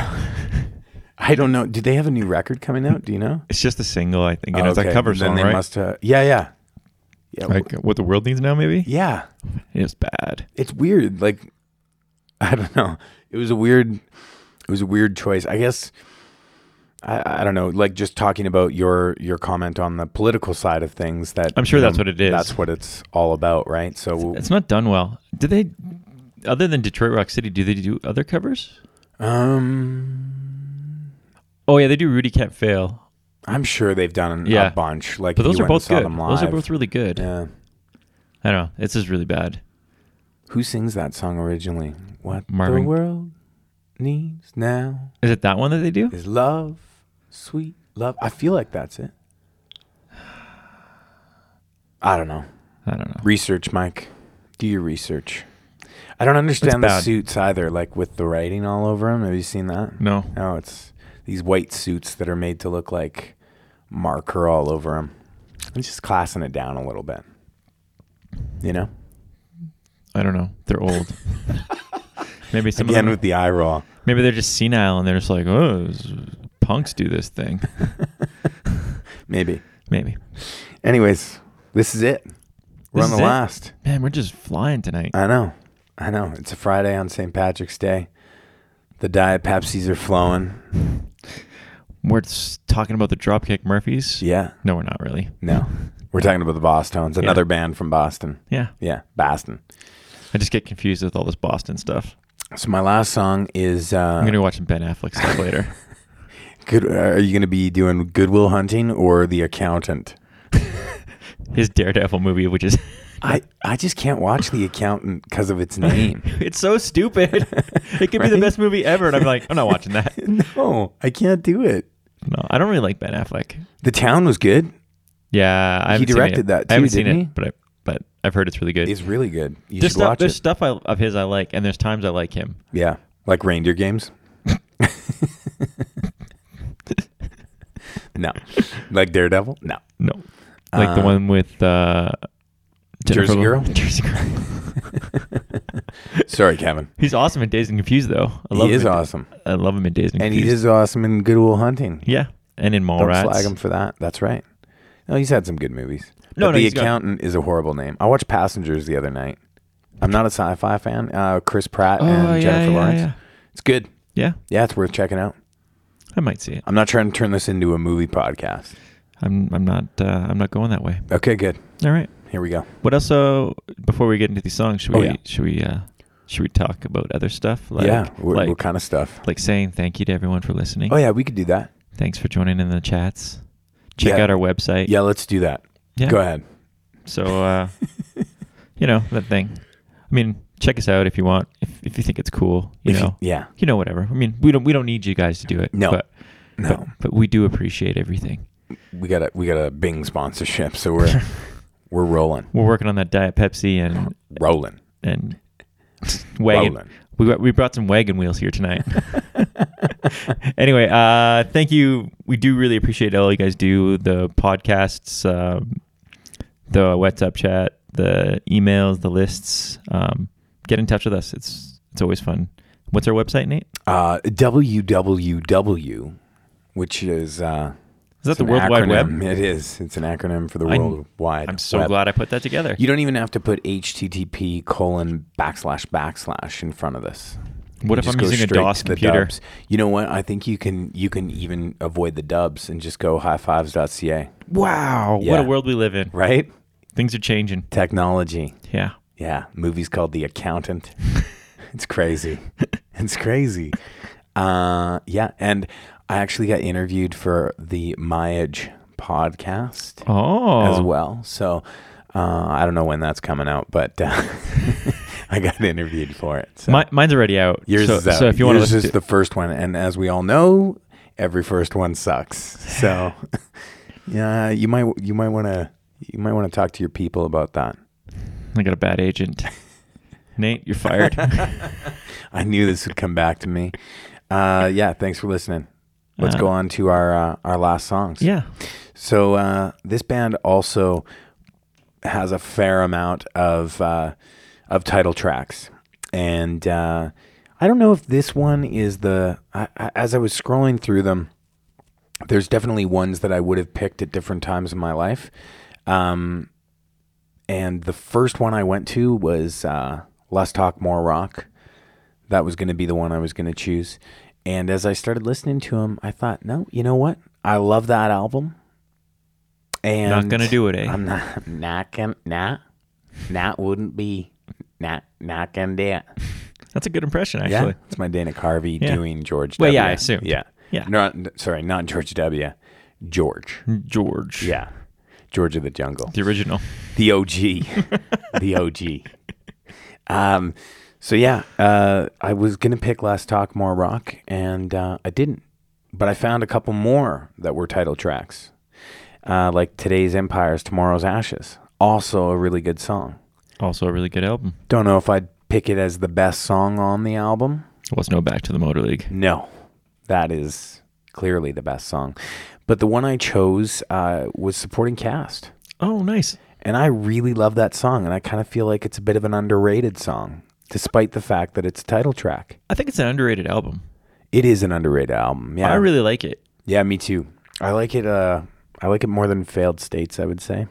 Speaker 1: I don't know. Did they have a new record coming out? Do you know?
Speaker 2: it's just a single, I think. And
Speaker 1: Oh,
Speaker 2: it's a
Speaker 1: okay.
Speaker 2: cover
Speaker 1: Then
Speaker 2: song,
Speaker 1: they
Speaker 2: right?
Speaker 1: must, uh, yeah, yeah, yeah,
Speaker 2: like what the world needs now, maybe.
Speaker 1: yeah.
Speaker 2: It's bad.
Speaker 1: It's weird. Like I don't know. It was a weird. It was a weird choice. I guess. I, I don't know. Like just talking about your your comment on the political side of things. That
Speaker 2: I'm sure
Speaker 1: you know,
Speaker 2: that's what it is.
Speaker 1: That's what it's all about, right? So
Speaker 2: It's not done well. Did they, other than Detroit Rock City, do they do other covers?
Speaker 1: um,
Speaker 2: Oh yeah, they do. Rudy can't fail.
Speaker 1: I'm sure they've done
Speaker 2: Yeah.
Speaker 1: a bunch. Like,
Speaker 2: But those
Speaker 1: you
Speaker 2: are
Speaker 1: went and
Speaker 2: both
Speaker 1: saw
Speaker 2: good.
Speaker 1: Them
Speaker 2: Those are
Speaker 1: live.
Speaker 2: both really good.
Speaker 1: Yeah.
Speaker 2: I don't know. This is really bad.
Speaker 1: Who sings that song originally? What
Speaker 2: Marvin-
Speaker 1: the world needs now
Speaker 2: Is it that one that they do?
Speaker 1: is love, sweet love. I feel like that's it. I don't know.
Speaker 2: I don't know.
Speaker 1: Research, Mike. Do your research. I don't understand the
Speaker 2: bad.
Speaker 1: suits either, like with the writing all over them. Have you seen that?
Speaker 2: No.
Speaker 1: No, it's these white suits that are made to look like marker all over them. It's just classing it down a little bit. You know?
Speaker 2: I don't know. They're old. maybe some of
Speaker 1: Again
Speaker 2: them-
Speaker 1: with the eye roll.
Speaker 2: maybe they're just senile and they're just like, oh, s- punks do this thing.
Speaker 1: Maybe.
Speaker 2: maybe.
Speaker 1: Anyways, this is it. We're
Speaker 2: This
Speaker 1: on
Speaker 2: is
Speaker 1: the
Speaker 2: it?
Speaker 1: last.
Speaker 2: Man, we're just flying tonight.
Speaker 1: I know. I know. It's a Friday on St. Patrick's Day. The Diet Pepsis are flowing.
Speaker 2: We're s- talking about the Dropkick Murphys.
Speaker 1: Yeah.
Speaker 2: No, we're not really.
Speaker 1: No. We're talking about the Boston's, another band from Boston.
Speaker 2: Yeah.
Speaker 1: Yeah, Boston.
Speaker 2: I just get confused with all this Boston stuff.
Speaker 1: So my last song is uh,
Speaker 2: I'm gonna watch some Ben Affleck stuff later.
Speaker 1: good, are you going to be doing Goodwill Hunting or The Accountant?
Speaker 2: His Daredevil movie, which is
Speaker 1: I, I just can't watch The Accountant because of its name.
Speaker 2: it's so stupid. It could be the
Speaker 1: Right?
Speaker 2: best movie ever, and I'm like, I'm not watching that.
Speaker 1: no, I can't do it.
Speaker 2: No, I don't really like Ben Affleck.
Speaker 1: The Town was good.
Speaker 2: Yeah, I haven't seen it
Speaker 1: directed
Speaker 2: yet.
Speaker 1: that
Speaker 2: I haven't
Speaker 1: too,
Speaker 2: seen
Speaker 1: didn't he?
Speaker 2: it, but I, but I've heard it's really good.
Speaker 1: It's really good. You
Speaker 2: there's
Speaker 1: should
Speaker 2: stuff,
Speaker 1: watch
Speaker 2: there's
Speaker 1: it.
Speaker 2: stuff I, of his I like, and there's times I like him.
Speaker 1: Yeah, like reindeer games. no, like Daredevil. No,
Speaker 2: No, like the
Speaker 1: Uh,
Speaker 2: one with uh,
Speaker 1: Jersey
Speaker 2: Jennifer-
Speaker 1: Girl?
Speaker 2: Jersey Girl.
Speaker 1: sorry, Kevin.
Speaker 2: He's awesome in Days and Confused, though. I love
Speaker 1: He
Speaker 2: him
Speaker 1: is
Speaker 2: in-
Speaker 1: awesome,
Speaker 2: I love him in Days and
Speaker 1: and
Speaker 2: Confused.
Speaker 1: he is awesome in Good Will Hunting.
Speaker 2: yeah, and in
Speaker 1: Don't
Speaker 2: Mallrats.
Speaker 1: slag him for that. That's right. No, he's had some good movies. but
Speaker 2: No, no,
Speaker 1: the
Speaker 2: he's got-
Speaker 1: accountant is a horrible name. I watched Passengers the other night. I'm not a sci-fi fan. Uh, Chris Pratt
Speaker 2: Oh yeah,
Speaker 1: and Jennifer
Speaker 2: yeah,
Speaker 1: Lawrence.
Speaker 2: yeah,
Speaker 1: It's good.
Speaker 2: yeah.
Speaker 1: Yeah, it's worth checking out.
Speaker 2: I might see it.
Speaker 1: I'm not trying to turn this into a movie podcast.
Speaker 2: I'm I'm not uh, I'm not going that way.
Speaker 1: Okay, good.
Speaker 2: All right.
Speaker 1: Here we go.
Speaker 2: What else? Uh, before we get into these songs, should
Speaker 1: Oh,
Speaker 2: we
Speaker 1: yeah.
Speaker 2: should we uh, should we talk about other stuff? Like,
Speaker 1: yeah, what,
Speaker 2: like
Speaker 1: what kind of stuff?
Speaker 2: like saying thank you to everyone for listening.
Speaker 1: Oh yeah, we could do that.
Speaker 2: Thanks for joining in the chats. Check
Speaker 1: Yeah.
Speaker 2: out our website.
Speaker 1: Yeah, let's do that.
Speaker 2: Yeah.
Speaker 1: Go ahead.
Speaker 2: So, uh, you know that thing. I mean, check us out if you want. If, if you think it's cool, you
Speaker 1: If you-
Speaker 2: know,
Speaker 1: yeah.
Speaker 2: you know, whatever. I mean, we don't we don't need you guys to do it.
Speaker 1: No.
Speaker 2: but,
Speaker 1: No.
Speaker 2: but but we do appreciate everything.
Speaker 1: we got a we got a Bing sponsorship, so we're we're rolling.
Speaker 2: We're working on that Diet Pepsi and
Speaker 1: Rolling.
Speaker 2: and wagon.
Speaker 1: Rolling.
Speaker 2: We got- we brought some wagon wheels here tonight. anyway, uh, thank you. We do really appreciate all you guys do. The podcasts, um, the WhatsApp chat, the emails, the lists. Um, get in touch with us. It's it's always fun. What's our website, Nate?
Speaker 1: Uh WWW, which is uh
Speaker 2: Is that
Speaker 1: it's
Speaker 2: the
Speaker 1: an
Speaker 2: World Wide
Speaker 1: acronym.
Speaker 2: Web?
Speaker 1: It is. It's an acronym for the
Speaker 2: I'm-
Speaker 1: World Wide
Speaker 2: I'm so
Speaker 1: Web.
Speaker 2: glad I put that together.
Speaker 1: You don't even have to put HTTP colon backslash backslash in front of this.
Speaker 2: What
Speaker 1: You
Speaker 2: if
Speaker 1: just
Speaker 2: I'm
Speaker 1: go
Speaker 2: using a
Speaker 1: straight
Speaker 2: DOS
Speaker 1: to the
Speaker 2: computer?
Speaker 1: dubs. You know what? I think you can you can even avoid the dubs and just go highfives.ca,
Speaker 2: Wow,
Speaker 1: Yeah.
Speaker 2: what a world we live in.
Speaker 1: right?
Speaker 2: Things are changing.
Speaker 1: Technology.
Speaker 2: Yeah.
Speaker 1: Yeah, movie's called The Accountant. it's crazy. It's crazy. Uh, yeah, and I actually got interviewed for the Myage podcast
Speaker 2: Oh.
Speaker 1: as well. So uh, I don't know when that's coming out, but uh, I got interviewed for it. So.
Speaker 2: Mi- mine's already out.
Speaker 1: Yours
Speaker 2: so,
Speaker 1: is out.
Speaker 2: So if you want
Speaker 1: Yours
Speaker 2: to
Speaker 1: is the first one, and as we all know, every first one sucks. So yeah, you might you might want to you might want to talk to your people about that.
Speaker 2: I got a bad agent. Nate, you're fired.
Speaker 1: I knew this would come back to me. Uh, yeah, thanks for listening. Let's go on to our uh, our last songs.
Speaker 2: yeah.
Speaker 1: So uh, this band also has a fair amount of uh, of title tracks, and uh, I don't know if this one is the. I, I, as I was scrolling through them, there's definitely ones that I would have picked at different times in my life. Um, and the first one I went to was uh, Less Talk, More Rock. That was going to be the one I was going to choose. And as I started listening to him, I thought, no, you know what? I love that album. And
Speaker 2: Not gonna do it, eh?
Speaker 1: I'm not, not gonna, nah, nah, wouldn't be, nah, not gonna do it.
Speaker 2: That's a good impression, actually.
Speaker 1: Yeah, it's my Dana Carvey
Speaker 2: Yeah.
Speaker 1: doing George.
Speaker 2: Well,
Speaker 1: w.
Speaker 2: yeah, I assumed.
Speaker 1: Yeah,
Speaker 2: Yeah.
Speaker 1: Not sorry, not George W. George.
Speaker 2: George.
Speaker 1: Yeah, George of the Jungle,
Speaker 2: The original.
Speaker 1: the OG, the OG. Um, so yeah, uh, I was gonna pick Last Talk More Rock, and uh, I didn't, but I found a couple more that were title tracks, uh, like Today's Empires, Tomorrow's Ashes. Also a really good song.
Speaker 2: Also a really good album.
Speaker 1: Don't know if I'd pick it as the best song on the album.
Speaker 2: Was no Back to the Motor League.
Speaker 1: No, that is clearly the best song. But the one I chose uh, was supporting cast.
Speaker 2: Oh, nice.
Speaker 1: And I really love that song. And I kind of feel like it's a bit of an underrated song, despite the fact that it's a title track.
Speaker 2: I think it's an underrated album.
Speaker 1: It is an underrated album. Yeah.
Speaker 2: I really like it.
Speaker 1: yeah, me too. I like it. Uh, I like it more than Failed States, I would say.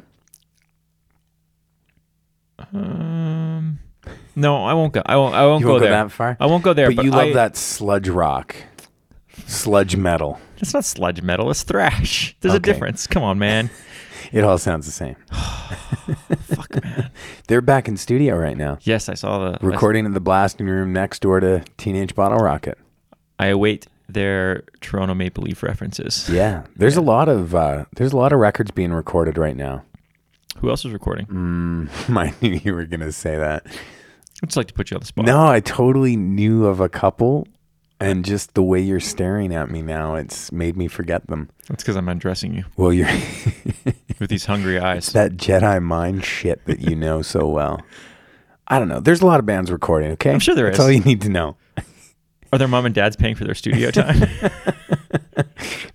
Speaker 2: Um, no, I won't go. I won't. I won't,
Speaker 1: You
Speaker 2: go,
Speaker 1: won't go
Speaker 2: there.
Speaker 1: that far?
Speaker 2: I won't go there.
Speaker 1: But,
Speaker 2: But,
Speaker 1: you love
Speaker 2: I-
Speaker 1: that sludge rock, sludge metal.
Speaker 2: It's not sludge metal. It's thrash. There's
Speaker 1: Okay.
Speaker 2: a difference. Come on, man.
Speaker 1: It all sounds the same. Fuck, man. They're back in studio right now.
Speaker 2: Yes, I saw the I-
Speaker 1: recording in the blasting room next door to Teenage Bottle Rocket.
Speaker 2: I, await their Toronto Maple Leaf references.
Speaker 1: Yeah, there's a lot of uh, there's a lot of records being recorded right now.
Speaker 2: Who else is recording?
Speaker 1: I knew you were gonna say that.
Speaker 2: I'd just like to put you on the spot.
Speaker 1: No, I totally knew of a couple, and just the way you're staring at me now, it's made me forget them.
Speaker 2: that's because I'm undressing you
Speaker 1: Well, you're
Speaker 2: with these hungry eyes.
Speaker 1: that Jedi mind shit that you know so well. I don't know. There's a lot of bands recording. Okay,
Speaker 2: I'm sure there
Speaker 1: there is.
Speaker 2: is.
Speaker 1: That's all you need to know.
Speaker 2: Are their mom and dad's paying for their studio time?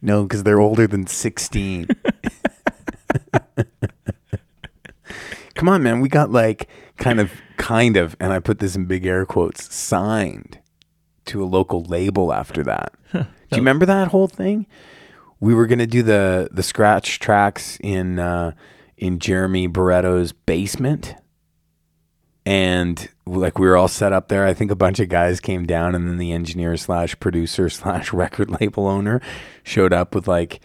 Speaker 1: No, because they're older than 16. Come on, man. We got like kind of, kind of, and I put this in big air quotes, signed to a local label after that. Do you remember that whole thing? We were gonna do the the scratch tracks in uh, in Jeremy Barretto's basement, and like we were all set up there. I think a bunch of guys came down, and then the engineer slash producer slash record label owner showed up with like,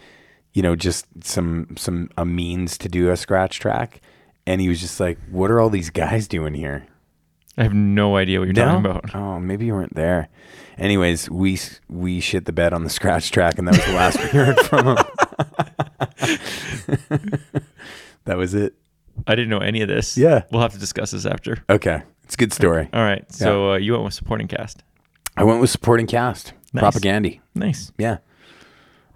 Speaker 1: you know, just some some a means to do a scratch track, and he was just like, "What are all these guys doing here?"
Speaker 2: I have no idea what you're talking about.
Speaker 1: Oh, maybe you weren't there. Anyways, we s- we shit the bed on the scratch track, and that was the last we heard from him. that was it.
Speaker 2: I didn't know any of this.
Speaker 1: Yeah.
Speaker 2: We'll have to discuss this after.
Speaker 1: Okay, it's a good story.
Speaker 2: All right. So uh, you went with supporting cast.
Speaker 1: I went with supporting cast,
Speaker 2: Nice.
Speaker 1: propagandy.
Speaker 2: Nice.
Speaker 1: Yeah.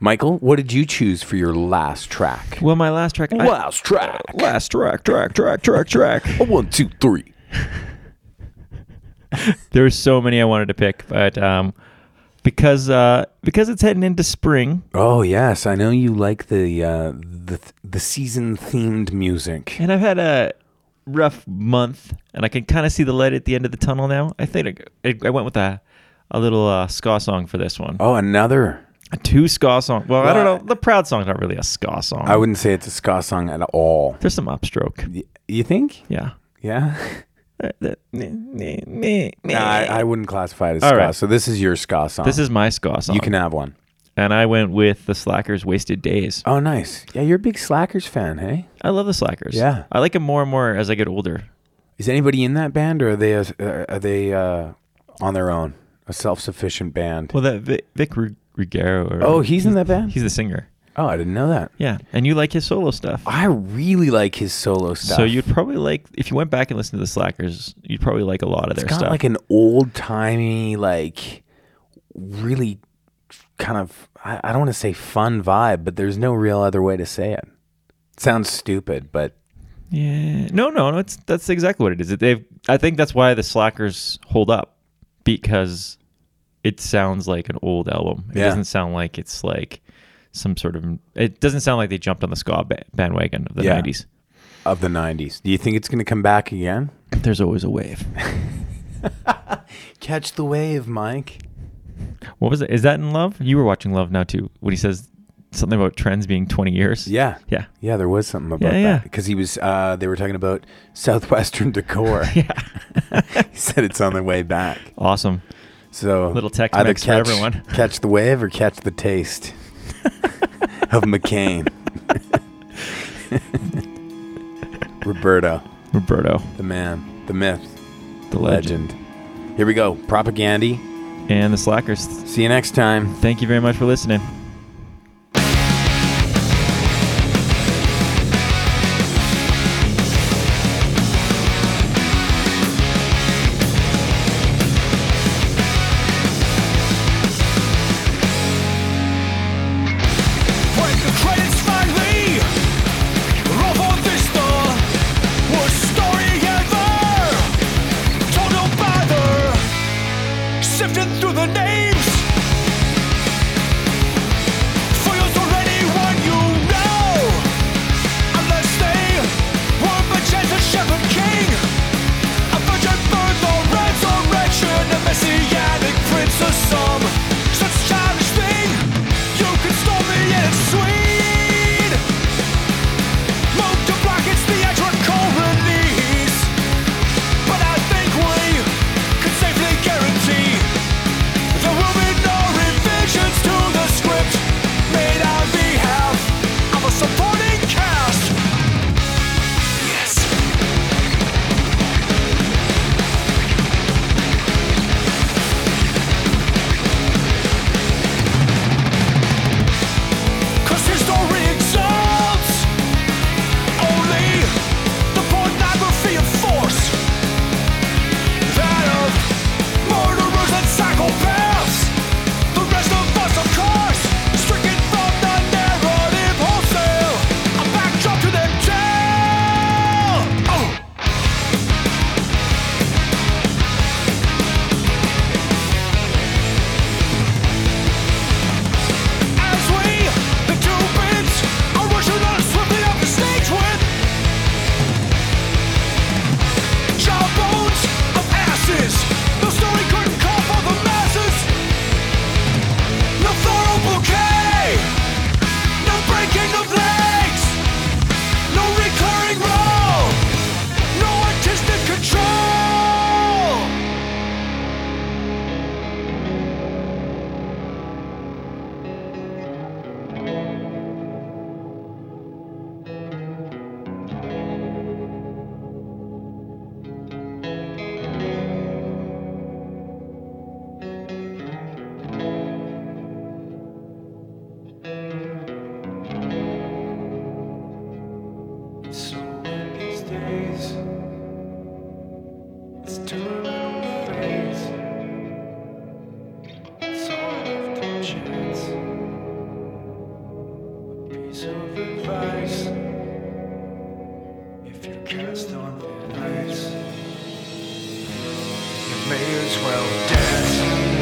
Speaker 1: Michael, what did you choose for your last track?
Speaker 2: Well, my last track. I-
Speaker 1: Last track.
Speaker 2: last track, track, track, track, track.
Speaker 1: One, two, three.
Speaker 2: There were so many I wanted to pick, but um, because uh, because it's heading into spring,
Speaker 1: Oh yes, I know you like the uh, the the season themed music.
Speaker 2: and I've had a rough month, and I can kind of see the light at the end of the tunnel now. I think I, I went with a a little uh, ska song for this one.
Speaker 1: Oh, another.
Speaker 2: A two ska song. Well, I don't
Speaker 1: Well,
Speaker 2: know. The proud song's not really a ska song.
Speaker 1: I wouldn't say it's a ska song at all.
Speaker 2: There's some upstroke.
Speaker 1: Y- You think?
Speaker 2: Yeah.
Speaker 1: Yeah.
Speaker 2: This
Speaker 1: No, I, I wouldn't classify it as ska.
Speaker 2: right.
Speaker 1: So this is your ska song.
Speaker 2: is my ska song.
Speaker 1: you can have one.
Speaker 2: and I went with the Slackers' "Wasted Days."
Speaker 1: Oh, nice. Yeah, you're a big Slackers fan, hey?
Speaker 2: I love the Slackers.
Speaker 1: Yeah.
Speaker 2: I like them more and more as I get older.
Speaker 1: Is anybody in that band, or are they uh, are they uh, on their own, a self sufficient band?
Speaker 2: Well, that Vic, Vic Ru- Ruggiero. Or,
Speaker 1: oh, he's in that band.
Speaker 2: he's the singer.
Speaker 1: oh, I didn't know that.
Speaker 2: Yeah, and you like his solo stuff.
Speaker 1: I really like his solo stuff.
Speaker 2: So you'd probably like if you went back and listened to the Slackers, you'd probably like a lot of
Speaker 1: it's
Speaker 2: their
Speaker 1: got
Speaker 2: stuff.
Speaker 1: like an old timey, like really kind of I, I don't want to say fun vibe, but there's no real other way to say it. It sounds stupid, but
Speaker 2: yeah. No, no, no. It's that's exactly what it is. They've. I think that's why the Slackers hold up because it sounds like an old album. It
Speaker 1: Yeah.
Speaker 2: doesn't sound like it's like some sort of. It doesn't sound like they jumped on the ska ba- bandwagon of the
Speaker 1: Yeah.
Speaker 2: '90s.
Speaker 1: of the '90s. Do you think it's going to come back again?
Speaker 2: there's always a wave.
Speaker 1: Catch the wave, Mike.
Speaker 2: What was it? Is that in Love? You were watching Love now too. When he says something about trends being 20 years.
Speaker 1: Yeah.
Speaker 2: Yeah.
Speaker 1: Yeah, there was something about
Speaker 2: Yeah, yeah.
Speaker 1: that because he was. Uh, they were talking about southwestern decor.
Speaker 2: Yeah.
Speaker 1: he said it's on the way back.
Speaker 2: Awesome.
Speaker 1: So
Speaker 2: Little text
Speaker 1: either
Speaker 2: mix for
Speaker 1: catch,
Speaker 2: everyone.
Speaker 1: catch the wave or catch the taste of McCain. Roberto,
Speaker 2: Roberto,
Speaker 1: the man, the myth,
Speaker 2: the legend.
Speaker 1: legend. Here we go. Propaganda.
Speaker 2: And the Slackers.
Speaker 1: See you next time.
Speaker 2: Thank you very much for listening.
Speaker 10: When the credits finally roll on this door, worst story ever. Total bother, sifting through the names. Foils already one you know, unless they were by chance a shepherd king, a virgin birth or resurrection, a messianic prince or some such childish thing. You can storm me and it's sweet. Move to block its theatrical release, but I think we can safely guarantee there will be no revisions to the script made on behalf of a supporting cast. Yes. Cause history exalts only the pornography of force. That of murderers and psychopaths. The rest of us, of course, stricken from the narrative wholesale. A backdrop to their tale. Oh. As we, the two bits, are rushing on swiftly up the stage with jawbones of asses. The story couldn't call for the masses. No floral bouquet, no breaking of legs, no recurring role, no artistic control.
Speaker 7: So these days, it's time and phase. It's all left to chance. A piece of advice: if you cast on the dice, you may as well dance.
Speaker 10: oh,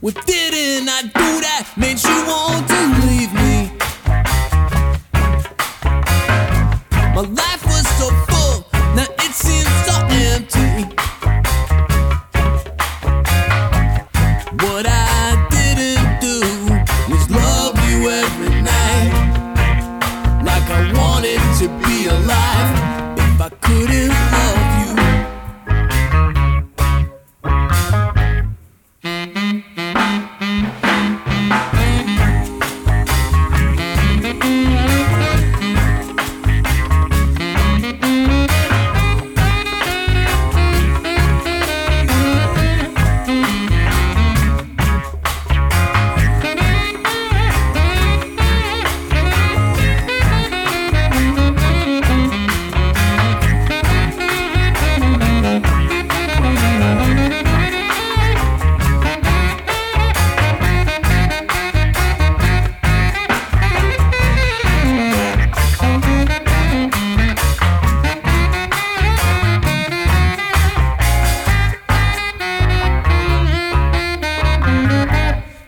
Speaker 6: What didn't I do that made you want to leave me? My life was so full, now it seems so empty. What I didn't do was love you every night. Like I wanted to be alive if I couldn't love you.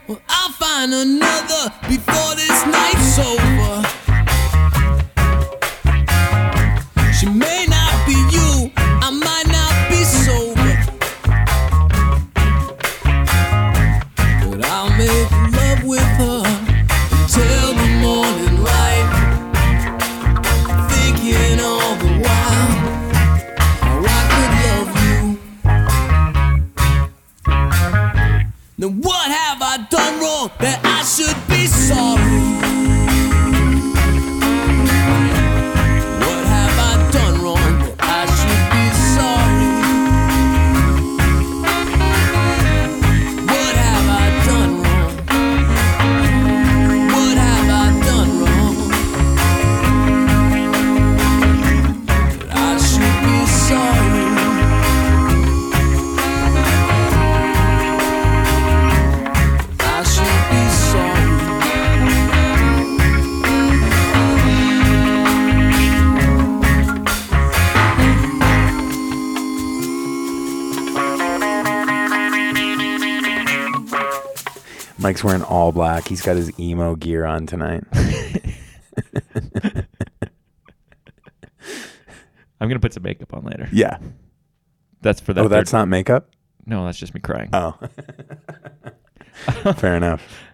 Speaker 6: Well, I'll find another before this night's over. She may not be you, I might not be sober. But I'll make love with her until the morning light. Thinking all the while how I could love you. Now what have I done wrong that I should be sorry? What have I done wrong that I should be sorry? What have I done wrong? What have I done wrong? That I should be sorry. I should be sorry.
Speaker 1: Mike's wearing all black. He's got his emo gear on tonight.
Speaker 2: I'm gonna put some makeup on later.
Speaker 1: yeah.
Speaker 2: That's for that.
Speaker 1: Oh, that's
Speaker 2: third-
Speaker 1: not makeup?
Speaker 2: no, that's just me crying.
Speaker 1: Oh. Fair enough.